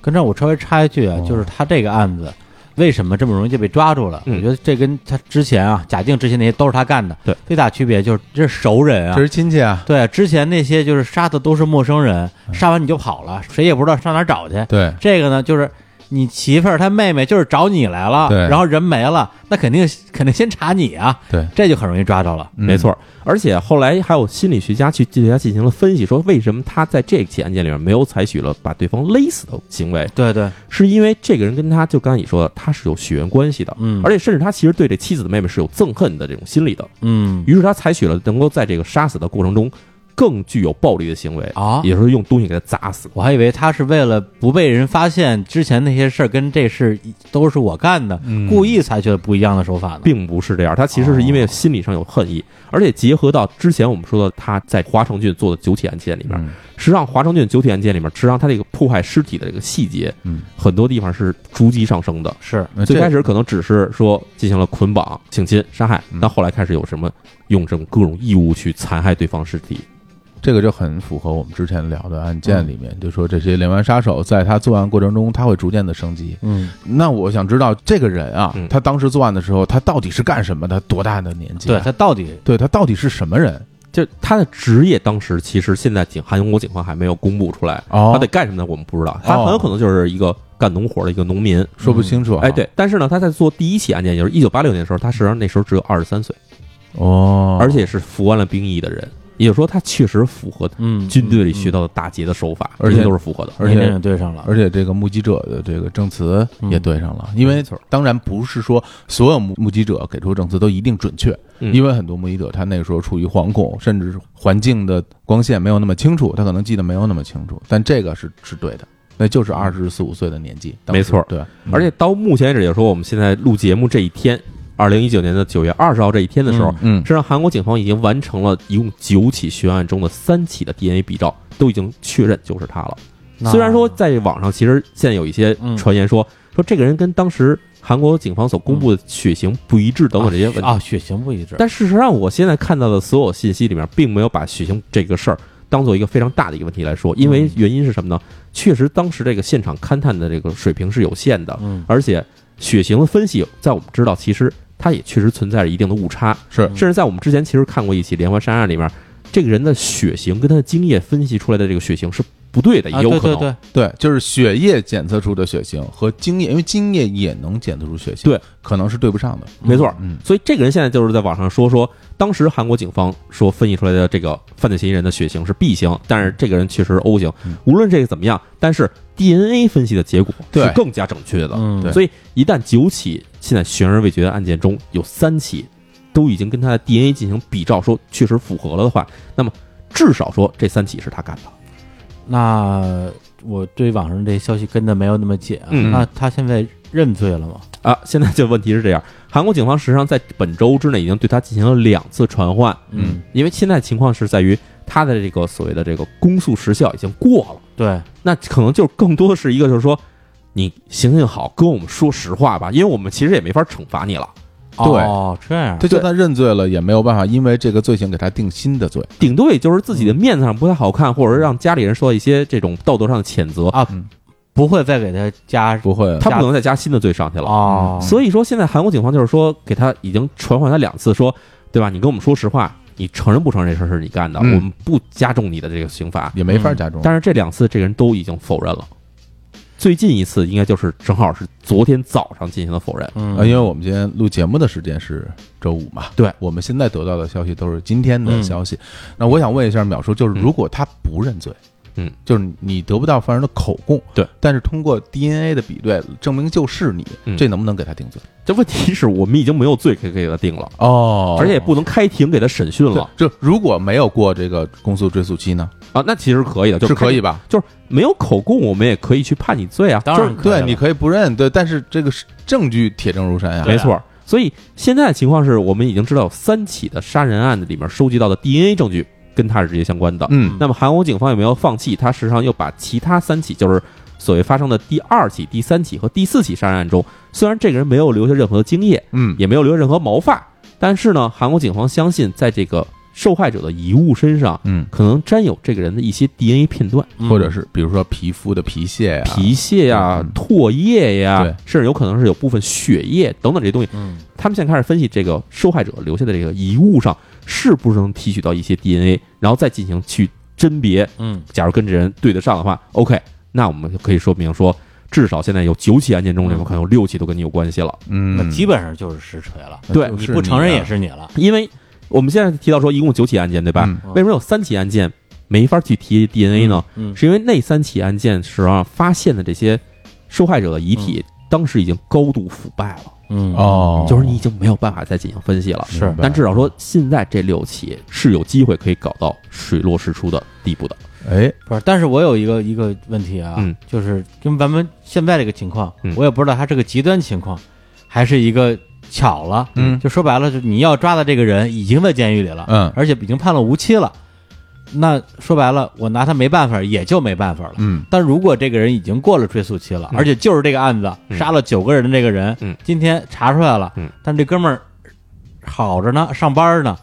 B: 跟这儿我稍微插一句啊
C: 哦，
B: 就是他这个案子为什么这么容易就被抓住了？
A: 嗯
B: 我觉得这跟他之前啊，贾静之前那些都是他干的，
A: 对，
B: 最大区别就是这是熟人啊
C: 这。是亲戚啊，
B: 对，之前那些就是杀的都是陌生人，杀完你就跑了，谁也不知道上哪儿找去。
C: 对
B: 这个呢，就是你媳妇儿她妹妹就是找你来了，
C: 对
B: 然后人没了，那肯定肯定先查你啊，
C: 对，
B: 这就很容易抓着了。
C: 嗯
A: 没，错，而且后来还有心理学家去对他进行了分析，说为什么他在这起案件里面没有采取了把对方勒死的行为，
B: 对对，
A: 是因为这个人跟他就刚才你说的，他是有血缘关系的，
B: 嗯
A: 而且甚至他其实对这妻子的妹妹是有憎恨的这种心理的，
B: 嗯
A: 于是他采取了能够在这个杀死的过程中更具有暴力的行为，
B: 啊，
A: 也就是用东西给他砸死。
B: 我还以为他是为了不被人发现之前那些事儿跟这事都是我干的，
C: 嗯
B: 故意采取了不一样的手法呢。
A: 并不是这样，他其实是因为心理上有恨
C: 哦
A: 意，而且结合到之前我们说的他在华城郡做的九起案件里面，
C: 嗯
A: 实际上华城郡九起案件里面，实际上他这个破坏尸体的这个细节，
C: 嗯，
A: 很多地方是逐级上升的。
B: 是，
C: 那
A: 最
C: 这
A: 开始可能只是说进行了捆绑、性侵、杀害，
C: 嗯
A: 但后来开始有什么用这种各种义务去残害对方尸体，
C: 这个就很符合我们之前聊的案
A: 嗯
C: 件里面，就说这些连环杀手在他作案过程中，他会逐渐的升级。
B: 嗯，
C: 那我想知道这个人啊
A: 嗯，
C: 他当时作案的时候，他到底是干什么的？多大的年纪
B: 对
C: 啊？
B: 他到底
C: 对，他到底是什么人？
A: 就他的职业当时其实现在警韩国警方还没有公布出来，
C: 哦
A: 他得干什么呢？我们不知道，他很有可能就是一个干农活的一个农民。
C: 说不清楚啊。
A: 哎，对，但是呢，他在做第一起案件，也就是一九八六年的时候，他实际上那时候只有二十三岁，
C: 哦，
A: 而且是服完了兵役的人，也就是说，他确实符合
B: 嗯
A: 军队里学到的打劫的手法，
C: 嗯嗯
A: 这些都是符合的。
C: 而
B: 年
C: 且
B: 也对上了，
C: 而且这个目击者的这个证词也对上了，因为
A: 嗯没错
C: 当然不是说所有目目击者给出证词都一定准确，
A: 嗯
C: 因为很多目击者他那个时候处于惶恐，甚至是环境的光线没有那么清楚，他可能记得没有那么清楚，但这个是是对的，那就是二十四五岁的年纪，当
A: 嗯
C: 时
A: 没错
C: 对，
A: 而且到目前为止，也就是说我们现在录节目这一天，二零一九年的九月二十号这一天的时候，
C: 嗯
A: 实际上韩国警方已经完成了一共九起悬案中的三起的 DNA 比照，都已经确认就是他了。
B: 那啊
A: 虽然说在网上其实现在有一些
B: 嗯
A: 传言说、说这个人跟当时韩国警方所公布的血型不一致等等这些问题。
B: 啊，血型不一致，
A: 但事实上，我现在看到的所有信息里面，并没有把血型这个事儿当做一个非常大的一个问题来
B: 嗯
A: 说，因为原因是什么呢？确实，当时这个现场勘探的这个水平是有限的，
B: 嗯
A: 而且血型的分析，在我们知道，其实它也确实存在着一定的误差，
C: 是
B: 嗯
A: 甚至在我们之前其实看过一起连环杀人案里面，这个人的血型跟他的精液分析出来的这个血型是不对的，也
B: 啊
A: 有
B: 对
A: 可
B: 对
A: 能。
B: 对，
C: 对，就是血液检测出的血型和精液，因为精液也能检测出血型，
A: 对，
C: 可能是对不上的。
A: 没错，
C: 嗯，
A: 所以这个人现在就是在网上说说，当时韩国警方说分析出来的这个犯罪嫌疑人的血型是 B 型，但是这个人确实是 O 型
C: 嗯。
A: 无论这个怎么样，但是 DNA 分析的结果
C: 对
A: 是更加正确的。
B: 嗯
C: 对
A: 所以一旦九起现在悬而未决的案件中有三起都已经跟他的 DNA 进行比照，说确实符合了的话，那么至少说这三起是他干的。
B: 那我对网上这些消息跟的没有那么紧啊，
A: 嗯
B: 那他现在认罪了吗？
A: 啊，现在这问题是这样，韩国警方实际上在本周之内已经对他进行了两次传唤，
C: 嗯
A: 因为现在情况是在于他的这个所谓的这个公诉时效已经过了，
B: 对，
A: 那可能就是更多的是一个就是说，你行行好，跟我们说实话吧，因为我们其实也没法惩罚你了，
B: 哦，这样
C: 他就算认罪了，也没有办法，因为这个罪行给他定新的罪。
A: 顶多也就是自己的面子上不太好看，或者是让家里人受到一些这种道德上的谴责，
B: 啊
C: 嗯，
B: 不会再给他加
C: 不嗯会，
A: 他不能再加新的罪上去了。
B: 哦，
A: 所以说，现在韩国警方就是说，给他已经传唤他两次，说，对吧？你跟我们说实话，你承认不承认这事儿是你干的？
C: 嗯
A: 我们不加重你的这个刑罚。
C: 也没法加重。
A: 但是这两次，这个人都已经否认了。最近一次应该就是正好是昨天早上进行的否认。
B: 嗯
C: 啊，因为我们今天录节目的时间是周五嘛，
A: 对
C: 我们现在得到的消息都是今天的
B: 嗯
C: 消息。那我想问一下淼叔，就是
A: 嗯
C: 如果他不认罪，
A: 嗯，
C: 就是你得不到犯人的口供，
A: 对，
C: 但是通过 DNA 的比对证明就是你，
A: 嗯
C: 这能不能给他定罪？
A: 这问题是我们已经没有罪可以给他定了，
C: 哦
A: 而且也不能开庭给他审讯
C: 对
A: 了，
C: 就如果没有过这个公诉追诉期呢，
A: 啊。那其实可以的，就是
C: 可以
A: 吧？
C: 吧？
A: 就是没有口供，我们也可以去判你罪啊。
B: 当
C: 就
B: 然
C: 是
B: 可以
C: 对，
B: 了
C: 你可以不认，对，但是这个是证据铁证如山呀、
B: 对
A: 没
B: 啊
A: 错儿。所以现在的情况是我们已经知道有三起的杀人案里面收集到的 DNA 证据跟他是直接相关的。
C: 嗯，
A: 那么韩国警方也没有放弃，他实际上又把其他三起，就是所谓发生的第二起、第三起和第四起杀人案中，虽然这个人没有留下任何精液，
C: 嗯，
A: 也没有留下任何毛发，但是呢，韩国警方相信，在这个受害者的遗物身上，
C: 嗯，
A: 可能沾有这个人的一些 DNA 片段，
B: 嗯
C: 或者是比如说皮肤的皮屑呀、
A: 皮屑呀
C: 啊嗯、
A: 唾液呀
C: 对，
A: 甚至有可能是有部分血液等等这些东西。
B: 嗯
A: 他们现在开始分析这个受害者留下的这个遗物上是不是能提取到一些 DNA，然后再进行去甄别
B: 嗯
A: 假如跟这人对得上的话，OK，那我们就可以说明说，至少现在有九起案件中，里面
B: 嗯
A: 可能有六起都跟你有关系了。
C: 嗯，
B: 那基本上就是实锤了，
C: 那
A: 对
C: 就是
B: 你不承认
C: 啊
B: 也是你了，
A: 因为我们现在提到说一共九起案件，对吧？
C: 嗯
A: 为什么有三起案件没法去提 DNA 呢？
B: 嗯
A: 是因为那三起案件实际上发现的这些受害者的遗体，当时已经高度腐败了，
B: 嗯
C: 嗯哦，
A: 就是你已经没有办法再进行分析了。
B: 是
C: 明白
A: 但至少说，现在这六起是有机会可以搞到水落石出的地步的。
C: 哎，
B: 不是，但是我有一个一个问题啊，
A: 嗯
B: 就是因为咱们现在这个情况，
A: 嗯
B: 我也不知道他是个极端情况，还是一个巧了，
C: 嗯
B: 就说白了，就是你要抓的这个人已经在监狱里了，
C: 嗯
B: 而且已经判了无期了，那说白了，我拿他没办法，也就没办法了。
C: 嗯
B: 但如果这个人已经过了追诉期了，
A: 嗯
B: 而且就是这个案子、
A: 嗯
B: 杀了九个人的这个人，
A: 嗯
B: 今天查出来了，
A: 嗯
B: 但这哥们儿好着呢，上班呢，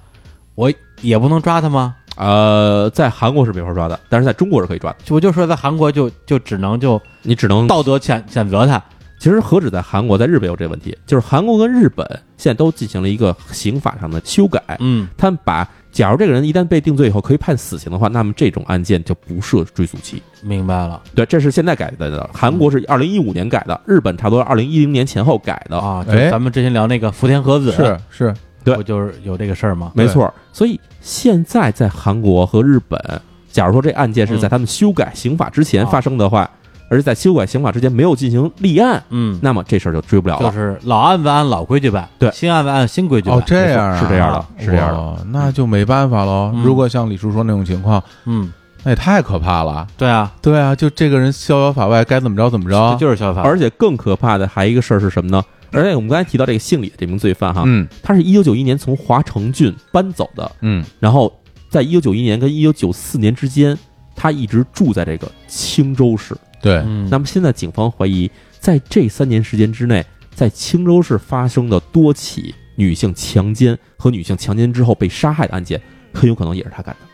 B: 我也不能抓他吗？
A: 呃，在韩国是没法抓的，但是在中国是可以抓的。
B: 我就说在韩国就就只能就
A: 你只能
B: 道德谴谴责他，
A: 其实何止在韩国，在日本有这个问题，就是韩国跟日本现在都进行了一个刑法上的修改，
B: 嗯
A: 他们把假如这个人一旦被定罪以后可以判死刑的话，那么这种案件就不设追诉期。，
B: 明白了
A: 对，这是现在改的，韩国是二零一五年改的，日本差不多二零一零年前后改的。
B: 啊，就
C: 哎
B: 咱们之前聊那个福田和子，
C: 是是，
A: 哦对
B: 不就是有这个事儿吗？
A: 没错，所以现在在韩国和日本，假如说这案件是在他们修改刑法之前
B: 嗯
A: 发生的话，而且在修改刑法之前没有进行立案，
B: 嗯，
A: 那么这事儿就追不了了。
B: 就是老案子按老规矩办，
A: 对
B: 新案子按新规矩办，
C: 哦，这样啊
A: 是这样的，是这样的。
C: 哇那就没办法喽。
B: 嗯
C: 如果像李叔说那种情况，
B: 嗯，
C: 那也太可怕了。
B: 对啊，
C: 对啊，就这个人逍遥法外，该怎么着怎么
B: 这
C: 着。
B: 就是小法，
A: 啊而且更可怕的还一个事儿是什么呢？而且我们刚才提到这个姓李的这名罪犯哈，
C: 嗯
A: 他是一九九一年从华城郡搬走的，
C: 嗯，
A: 然后在一九九一年跟一九九四年之间，他一直住在这个青州市。
C: 对，
B: 嗯，
A: 那么现在警方怀疑，在这三年时间之内，在青州市发生的多起女性强奸和女性强奸之后被杀害的案件，很有可能也是他干的。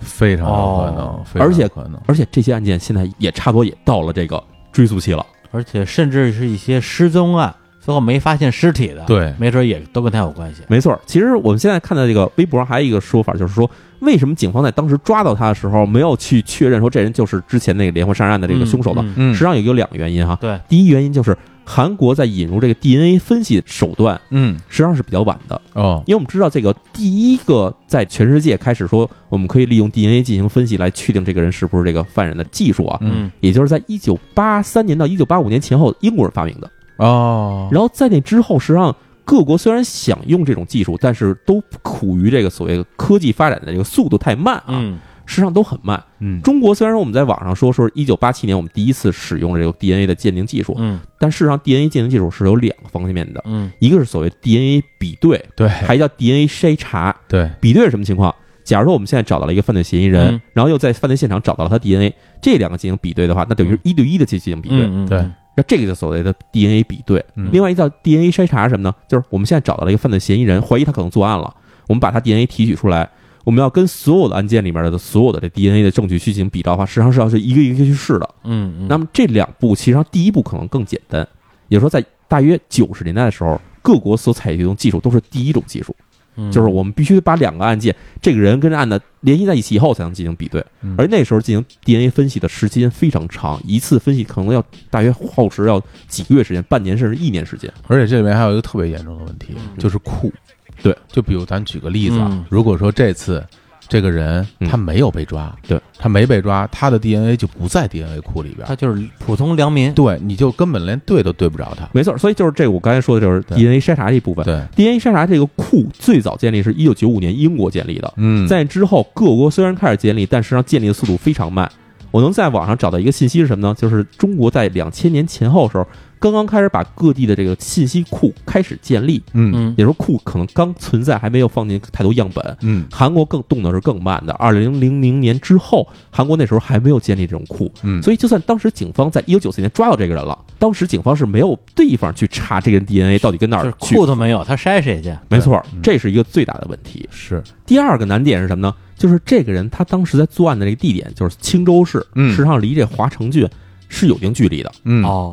C: 非常有可
B: 哦
C: 能，非常
A: 而且
C: 有可能。
A: 而且这些案件现在也差不多也到了这个追诉期了。
B: 而且甚至是一些失踪案，最后没发现尸体的，，
C: 对，
B: 没准也都跟他有关系。
A: 没错儿，其实我们现在看到这个微博上还有一个说法，就是说为什么警方在当时抓到他的时候没有去确认说这人就是之前那个连环杀人案的这个凶手呢？
B: 嗯嗯
C: 嗯
A: 实际上也有两个原因哈。
B: 对，
A: 第一原因就是韩国在引入这个 DNA 分析手段
C: 嗯
A: 实际上是比较晚的，
C: 哦，
A: 因为我们知道这个第一个在全世界开始说我们可以利用 DNA 进行分析来确定这个人是不是这个犯人的技术啊，
C: 嗯
A: 也就是在一九八三年到一九八五年前后英国人发明的。
C: 哦，
A: 然后在那之后，实际上各国虽然想用这种技术，但是都苦于这个所谓的科技发展的这个速度太慢啊，
B: 嗯
A: 实际上都很慢。
C: 嗯
A: 中国虽然说我们在网上说说一九八七年我们第一次使用这个 DNA 的鉴定技术，
B: 嗯
A: 但事实上 DNA 鉴定技术是有两个方面的，
B: 嗯哎
A: 一个是所谓 DNA 比对，
C: 对
A: 还叫 DNA 筛查。
C: 对，
A: 比对是什么情况？假如说我们现在找到了一个犯罪嫌疑人，
B: 嗯
A: 然后又在犯罪现场找到了他 DNA，这两个进行比对的话，那等于
B: 嗯
A: 是一对一的去进行比对。
B: 嗯，嗯
C: 对，
A: 那这个就所谓的 DNA 比对。
C: 嗯
A: 另外一叫 DNA 筛查是什么呢？就是我们现在找到了一个犯罪嫌疑人，怀疑他可能作案了，我们把他 DNA 提取出来，我们要跟所有的案件里面的所有的这 DNA 的证据去进行比照的话，实际上是要去一个一个去试的。
B: 嗯嗯，
A: 那么这两步，其实上第一步可能更简单，也就是说在大约九十年代的时候。各国所采用的技术都是第一种技术，
B: 嗯
A: 就是我们必须把两个案件，这个人跟这案子联系在一起以后才能进行比对。
C: 嗯
A: 而那时候进行 DNA 分析的时间非常长，一次分析可能要大约耗时要几个月时间，半年甚至一年时间。
C: 而且这里面还有一个特别严重的问题，
B: 嗯
C: 就是酷。
A: 对，
C: 就比如咱举个例子啊
B: 嗯，
C: 如果说这次这个人
A: 嗯
C: 他没有被抓，
A: 对
C: 他没被抓，他的 DNA 就不在 DNA 库里边
B: 他，就是普通良民，
C: 对，你就根本连对都对不着他。
A: 没错，所以就是这个我刚才说的就是
C: 对
A: DNA 筛查这一部分。
C: 对，
A: DNA 筛查这个库最早建立是一九九五年英国建立的，
C: 嗯，
A: 在之后各国虽然开始建立，但实际上建立的速度非常慢。我能在网上找到一个信息是什么呢？就是中国在两千年前后的时候，刚刚开始把各地的这个信息库开始建立，
C: 嗯
B: 嗯
A: 也就是库可能刚存在，还没有放进太多样本。
C: 嗯
A: 韩国更动的是更慢的，二零零零年之后，韩国那时候还没有建立这种库，
C: 嗯，
A: 所以就算当时警方在一九九四年抓到这个人了，当时警方是没有地方去查这个人 DNA 到底跟哪
B: 就是
A: 儿去
B: 裤，都没有，他筛谁去？
A: 没错
C: 嗯，
A: 这是一个最大的问题。
C: 是
A: 第二个难点是什么呢？就是这个人他当时在作案的这个地点就是青州市，
C: 嗯
A: 实际上离这华城郡是有一定距离的。
C: 嗯
B: 哦，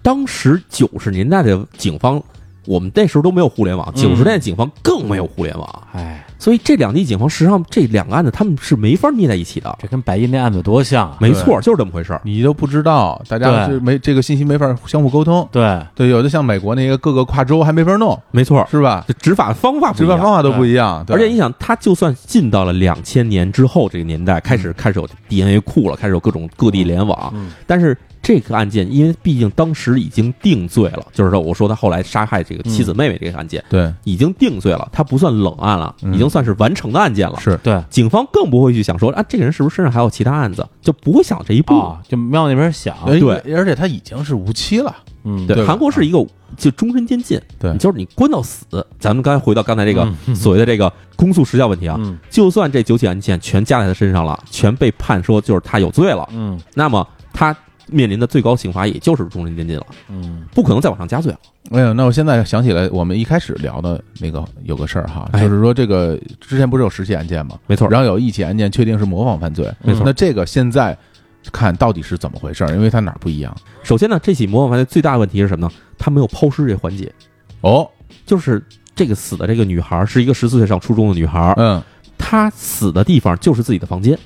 A: 当时九十年代的警方，我们那时候都没有互联网，
B: 嗯
A: 九十年代警方更没有互联网，
B: 哎，
A: 所以这两地警方实际上这两个案子他们是没法捏在一起的。
B: 这跟白银那案子多像啊！
A: 没错，就是这么回事儿。
C: 你都不知道，大家
B: 对
C: 就没这个信息没法相互沟通。
B: 对，
C: 对，有的像美国那个各个跨州还没法弄，
A: 没错，
C: 是吧？
A: 这执法方法不
C: 执
A: 一
C: 法
A: 样。
C: 方法都不一样，对
A: 而且你想，他就算进到了两千年之后这个年代，开始开始有 DNA 库了，开始有各种各地联网，
B: 嗯
A: 但是这个案件，因为毕竟当时已经定罪了，就是说，我说他后来杀害这个妻子妹妹这个案件、
C: 对
A: 已经定罪了，他不算冷案了，
C: 嗯
A: 已经算是完成的案件了。
C: 是
B: 对，
A: 警方更不会去想说啊，这个人是不是身上还有其他案子，就不会想这一步。
B: 哦，就没往那边想，
C: 哎
A: 对
C: 而且他已经是无期了，
B: 嗯，
A: 对，
C: 对吧
A: 韩国是一个就终身监禁，
C: 对
A: 你就是你关到死。咱们刚才回到刚才这个
B: 嗯
A: 所谓的这个公诉时效问题啊，
B: 嗯
A: 就算这九起案件全加在他身上了，全被判说就是他有罪了，
B: 嗯
A: 那么他面临的最高刑罚也就是终身监禁了，
B: 嗯，
A: 不可能再往上加罪了。
C: 哎呦，那我现在想起来，我们一开始聊的那个有个事儿哈，
A: 哎
C: 就是说这个之前不是有十起案件吗？
A: 没错，
C: 然后有一起案件确定是模仿犯罪，
B: 没错
C: 那这个现在看到底是怎么回事儿？因为它哪儿不一样？
A: 首先呢，这起模仿犯罪最大的问题是什么呢？他没有抛尸这环节，
C: 哦，
A: 就是这个死的这个女孩是一个十四岁上初中的女孩，
C: 嗯，
A: 她死的地方就是自己的房间，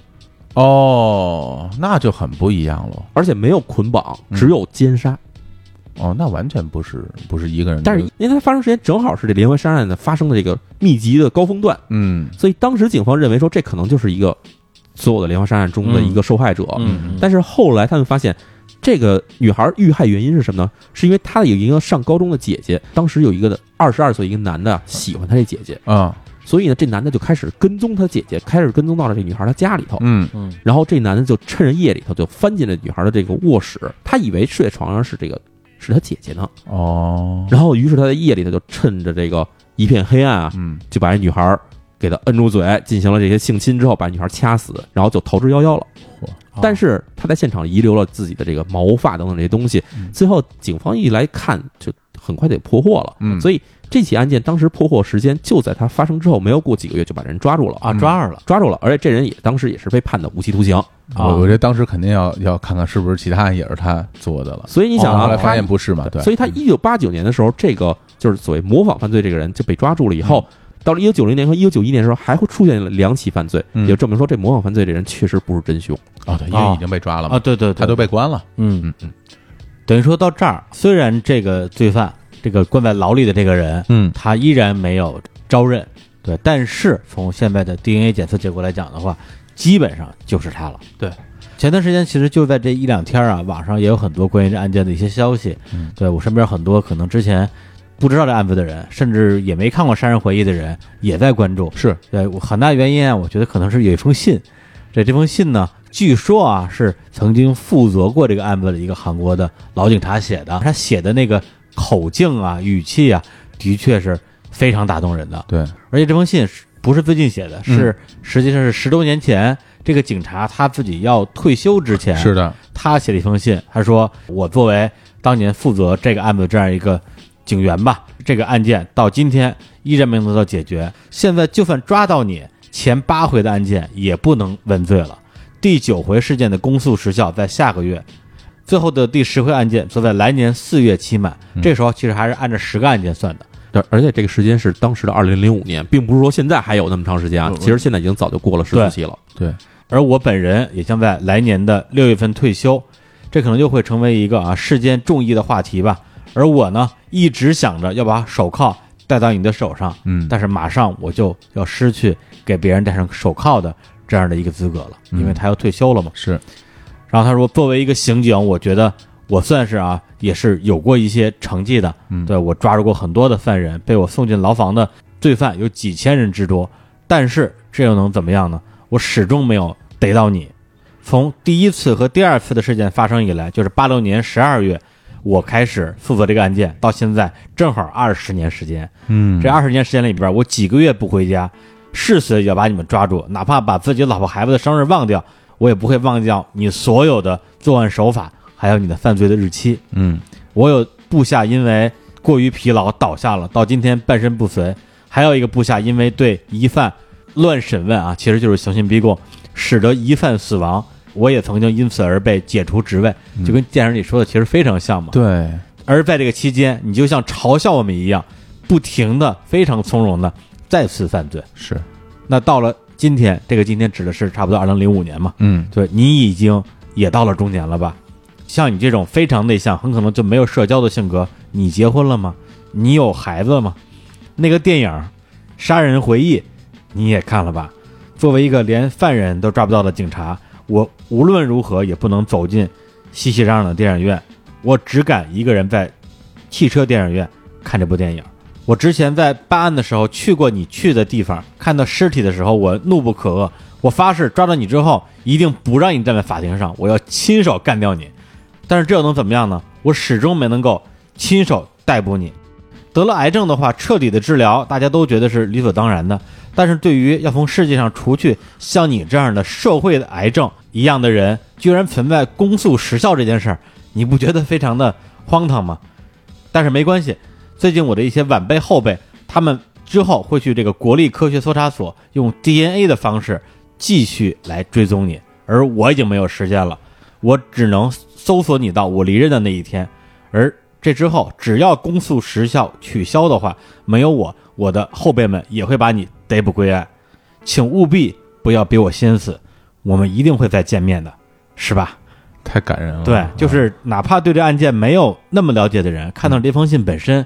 C: 哦，那就很不一样了。
A: 而且没有捆绑，
C: 嗯
A: 只有奸杀。
C: 哦，那完全不是不是一个人的，
A: 但是因为它发生时间正好是这连环杀人案的发生的这个密集的高峰段，
C: 嗯
A: 所以当时警方认为说这可能就是一个所有的连环杀人案中的一个受害者。
B: 嗯，
A: 但是后来他们发现，这个女孩遇害原因是什么呢？是因为她有一个上高中的姐姐，当时有一个二十二岁一个男的喜欢她这姐姐，
C: 啊
A: 所以呢，这男的就开始跟踪她姐姐，开始跟踪到了这女孩她家里头。
C: 嗯
B: 嗯
A: 然后这男的就趁着夜里头就翻进了女孩的这个卧室，他以为睡在床上是这个是他姐姐呢，
C: 哦，
A: 然后，于是他在夜里他就趁着这个一片黑暗啊，
C: 嗯
A: 就把这女孩儿给她摁住嘴，进行了这些性侵之后，把女孩掐死，然后就逃之夭夭了。
B: 哦
A: 但是他在现场遗留了自己的这个毛发等等这些东西
C: 嗯。
A: 最后警方一来看，就很快得破获了。
C: 嗯
A: 所以这起案件当时破获时间就在它发生之后没有过几个月就把人抓住了
B: 啊，抓着了
A: 抓住了，而且这人也当时也是被判的无期徒刑。
B: 啊
C: 我我觉得当时肯定要要看看是不是其他案也是他做的了。哦
A: 所以你想
C: 后
A: 啊，
C: 来发
A: 他
C: 现不是嘛？对，嗯
A: 所以他一九八九年的时候，这个就是所谓模仿犯罪这个人就被抓住了以
C: 嗯
A: 后，到了一九九零年和一九九一年的时候，还会出现了两起犯罪，
C: 嗯
A: 也就证明说这模仿犯罪这人确实不是真凶。
C: 啊，对，因为已经被抓了嘛，
B: 啊，对对对，
C: 他都被关了。
B: 嗯
C: 嗯嗯
B: 等于说到这儿，虽然这个罪犯，这个关在牢里的这个人，
C: 嗯
B: 他依然没有招认，对，但是从现在的 DNA 检测结果来讲的话，基本上就是他了。
A: 对，
B: 前段时间其实就在这一两天啊，网上也有很多关于这案件的一些消息。
C: 嗯
B: 对我身边很多可能之前不知道这案子的人，甚至也没看过《杀人回忆》的人，也在关注。
C: 是
B: 对，我很大原因啊，我觉得可能是有一封信。这这封信呢，据说啊是曾经负责过这个案子的一个韩国的老警察写的，他写的那个口径啊、语气啊，的确是非常打动人的。
C: 对，
B: 而且这封信是不是最近写的，
C: 嗯
B: 是实际上是十多年前这个警察他自己要退休之前，
C: 是的，
B: 他写了一封信，他说：“我作为当年负责这个案子的这样一个警员吧，这个案件到今天依然没能得到解决。现在就算抓到你，前八回的案件也不能问罪了。第九回事件的公诉时效在下个月，最后的第十回案件则在来年四月期满。这时候其实还是按照十个案件算的。
A: 对，而且这个时间是当时的二零零五年，并不是说现在还有那么长时间啊
C: 嗯，
A: 其实现在已经早就过了实
B: 对
A: 施期了。
C: 对，
B: 而我本人也将在来年的六月份退休，这可能就会成为一个啊世间众议的话题吧。而我呢，一直想着要把手铐戴到你的手上，
C: 嗯
B: 但是马上我就要失去给别人戴上手铐的这样的一个资格了，因为他要退休了嘛。
C: 是
B: 然后他说，作为一个刑警，我觉得我算是啊，也是有过一些成绩的。
C: 嗯
B: 对我抓住过很多的犯人，被我送进牢房的罪犯有几千人之多，但是这又能怎么样呢？我始终没有逮到你。从第一次和第二次的事件发生以来，就是八六年十二月，我开始负责这个案件，到现在正好二十年时间。
C: 嗯
B: 这二十年时间里边，我几个月不回家，誓死也要把你们抓住，哪怕把自己老婆孩子的生日忘掉，我也不会忘掉你所有的作案手法，还有你的犯罪的日期。
C: 嗯
B: 我有部下因为过于疲劳倒下了，到今天半身不遂；还有一个部下因为对疑犯乱审问啊，其实就是刑讯逼供，使得疑犯死亡。我也曾经因此而被解除职位，就跟电影里说的其实非常像嘛。
C: 对，
B: 而在这个期间，你就像嘲笑我们一样，不停的、非常从容的再次犯罪。
C: 是
B: 那到了今天，这个今天指的是差不多二零零五年嘛？
C: 嗯
B: 对你已经也到了中年了吧？像你这种非常内向，很可能就没有社交的性格，你结婚了吗？你有孩子吗？那个电影《杀人回忆》你也看了吧？作为一个连犯人都抓不到的警察，我无论如何也不能走进熙熙攘攘的电影院，我只敢一个人在汽车电影院看这部电影。我之前在办案的时候去过你去的地方，看到尸体的时候，我怒不可遏。我发誓，抓到你之后，一定不让你站在法庭上，我要亲手干掉你。但是这又能怎么样呢？我始终没能够亲手逮捕你。得了癌症的话，彻底的治疗，大家都觉得是理所当然的。但是对于要从世界上除去像你这样的社会的癌症一样的人，居然存在公诉时效这件事儿，你不觉得非常的荒唐吗？但是没关系，最近我的一些晚辈后辈，他们之后会去这个国立科学搜查所用 DNA 的方式继续来追踪你，而我已经没有时间了，我只能搜索你到我离任的那一天，而这之后，只要公诉时效取消的话，没有我，我的后辈们也会把你逮捕归案，请务必不要逼我心死，我们一定会再见面的，是吧？
C: 太感人了。
B: 对，就是哪怕对这案件没有那么了解的人，看到这封信本身，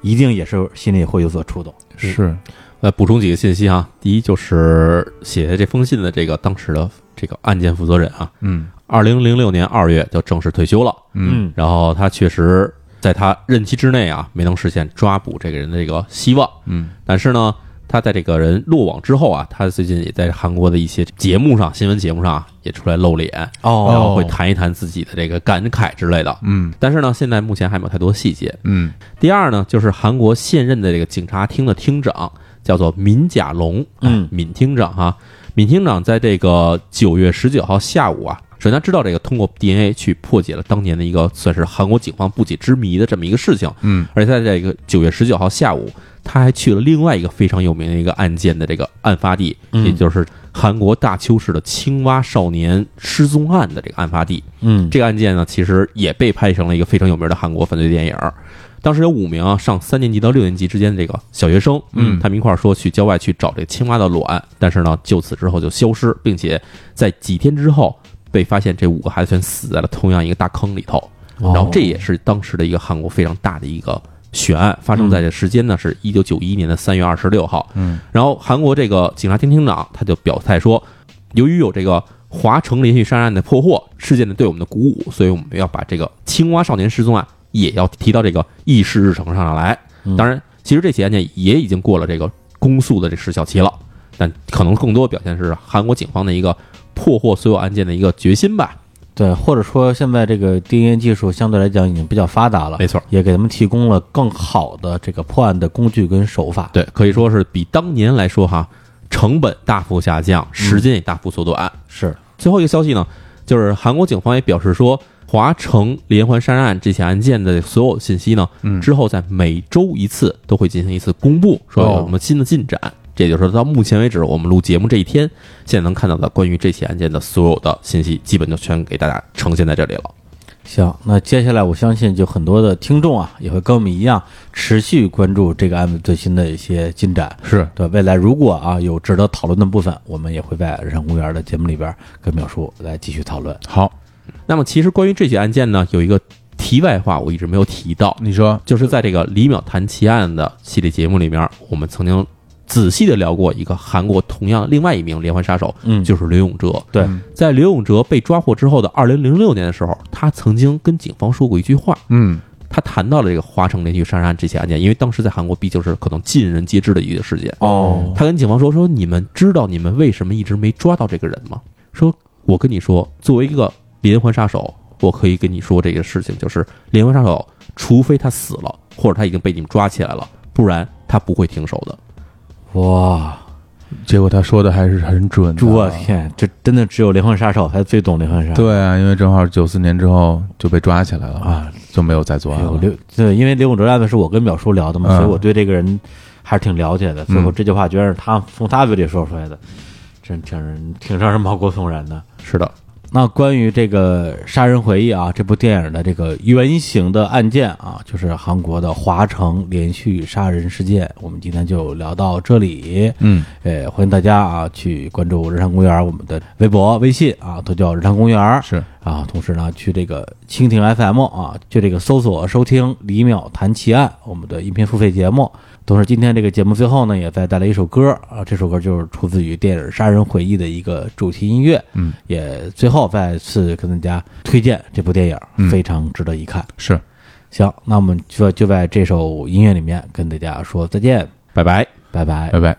B: 一定也是心里会有所触动。
C: 是
A: 呃，补充几个信息啊，第一就是写这封信的这个当时的这个案件负责人啊，
C: 嗯
A: 二零零六年二月就正式退休了，
C: 嗯
A: 然后他确实在他任期之内啊，没能实现抓捕这个人的这个希望。
C: 嗯
A: 但是呢，他在这个人落网之后啊，他最近也在韩国的一些节目上、新闻节目上啊，也出来露脸，然
B: 哦
A: 后会谈一谈自己的这个感慨之类的。
C: 嗯
A: 但是呢，现在目前还没有太多细节。
C: 嗯
A: 第二呢，就是韩国现任的这个警察厅的厅长叫做闵甲龙，
B: 嗯
A: 闵厅长哈、闵厅长在这个九月十九号下午啊，首先他知道这个通过 DNA 去破解了当年的一个算是韩国警方不解之谜的这么一个事情，
C: 嗯，
A: 而且在这个九月十九号下午，他还去了另外一个非常有名的一个案件的这个案发地，
B: 嗯
A: 也就是韩国大邱市的青蛙少年失踪案的这个案发地。
B: 嗯
A: 这个案件呢，其实也被拍成了一个非常有名的韩国犯罪电影儿。当时有五名啊，上三年级到六年级之间的这个小学生，
C: 嗯
A: 他们一块儿说去郊外去找这青蛙的卵，但是呢，就此之后就消失，并且在几天之后被发现，这五个孩子全死在了同样一个大坑里头。
B: 哦
A: 然后这也是当时的一个韩国非常大的一个悬案，发生在这时间呢是一九九一年的三月二十六号。
C: 嗯，
A: 然后韩国这个警察厅厅长他就表态说，由于有这个华城连续杀人案的破获事件的对我们的鼓舞，所以我们要把这个青蛙少年失踪案也要提到这个议事日程上来
B: 嗯。
A: 当然，其实这起案件也已经过了这个公诉的这时效期了，但可能更多表现是韩国警方的一个破获所有案件的一个决心吧。
B: 对，或者说现在这个 DNA 技术相对来讲已经比较发达了，
A: 没错，
B: 也给他们提供了更好的这个破案的工具跟手法。
A: 对，可以说是比当年来说哈，成本大幅下降，时间也大幅缩短。
B: 是，
A: 最后一个消息呢，就是韩国警方也表示说，华城连环杀人案这起案件的所有信息呢，
C: 嗯
A: 之后在每周一次都会进行一次公布，说有什么新的进展。这也就是说，到目前为止，我们录节目这一天，现在能看到的关于这起案件的所有的信息，基本就全给大家呈现在这里了。
B: 行，那接下来我相信就很多的听众啊，也会跟我们一样持续关注这个案子最新的一些进展。
C: 是
B: 对，未来如果啊有值得讨论的部分，我们也会在日常公园的节目里边跟淼叔来继续讨论。
C: 好，
A: 那么，其实关于这起案件呢，有一个题外话，我一直没有提到，
C: 你说
A: 就是在这个《李淼谈奇案》的系列节目里面，我们曾经仔细的聊过一个韩国同样另外一名连环杀手，
B: 嗯
A: 就是刘永哲。
B: 对
C: 嗯
A: 在刘永哲被抓获之后的二零零六年的时候，他曾经跟警方说过一句话，
C: 嗯
A: 他谈到了这个华城连续杀人案这起案件，因为当时在韩国毕竟是可能尽人皆知的一个事件。
B: 哦，
A: 他跟警方说：“说你们知道你们为什么一直没抓到这个人吗？”说：“我跟你说，作为一个连环杀手，我可以跟你说这个事情，就是连环杀手，除非他死了，或者他已经被你们抓起来了，不然他不会停手的。
B: 哇，
C: 结果他说的还是很准的，啊
B: 我天，这真的只有连环杀手才最懂连环杀手。
C: 对啊，因为正好九四年之后就被抓起来了
B: 啊，
C: 就没有再作案
B: 哎呦，
C: 了。
B: 刘对，因为刘永哲案子是我跟淼叔聊的嘛，
C: 嗯
B: 所以我对这个人还是挺了解的。最后这句话居然是他从他嘴里说出来的，真挺人挺让人毛骨悚然的。”
A: 是的，
B: 那关于这个《杀人回忆》啊，这部电影的这个原型的案件啊，就是韩国的华城连续杀人事件，我们今天就聊到这里。
C: 嗯，
B: 呃，欢迎大家啊去关注日常公园我们的微博、微信啊，都叫日常公园
C: 是
B: 啊。同时呢，去这个蜻蜓 FM 啊，去这个搜索收听“李淼谈奇案”我们的音频付费节目。同时，今天这个节目最后呢，也再带来一首歌啊，这首歌就是出自于电影《杀人回忆》的一个主题音乐。
C: 嗯，
B: 也最后再次跟大家推荐这部电影，
C: 嗯
B: 非常值得一看。
C: 是，
B: 行，那我们就就在这首音乐里面跟大家说再见，
A: 拜拜。
B: 拜拜
C: 拜。拜。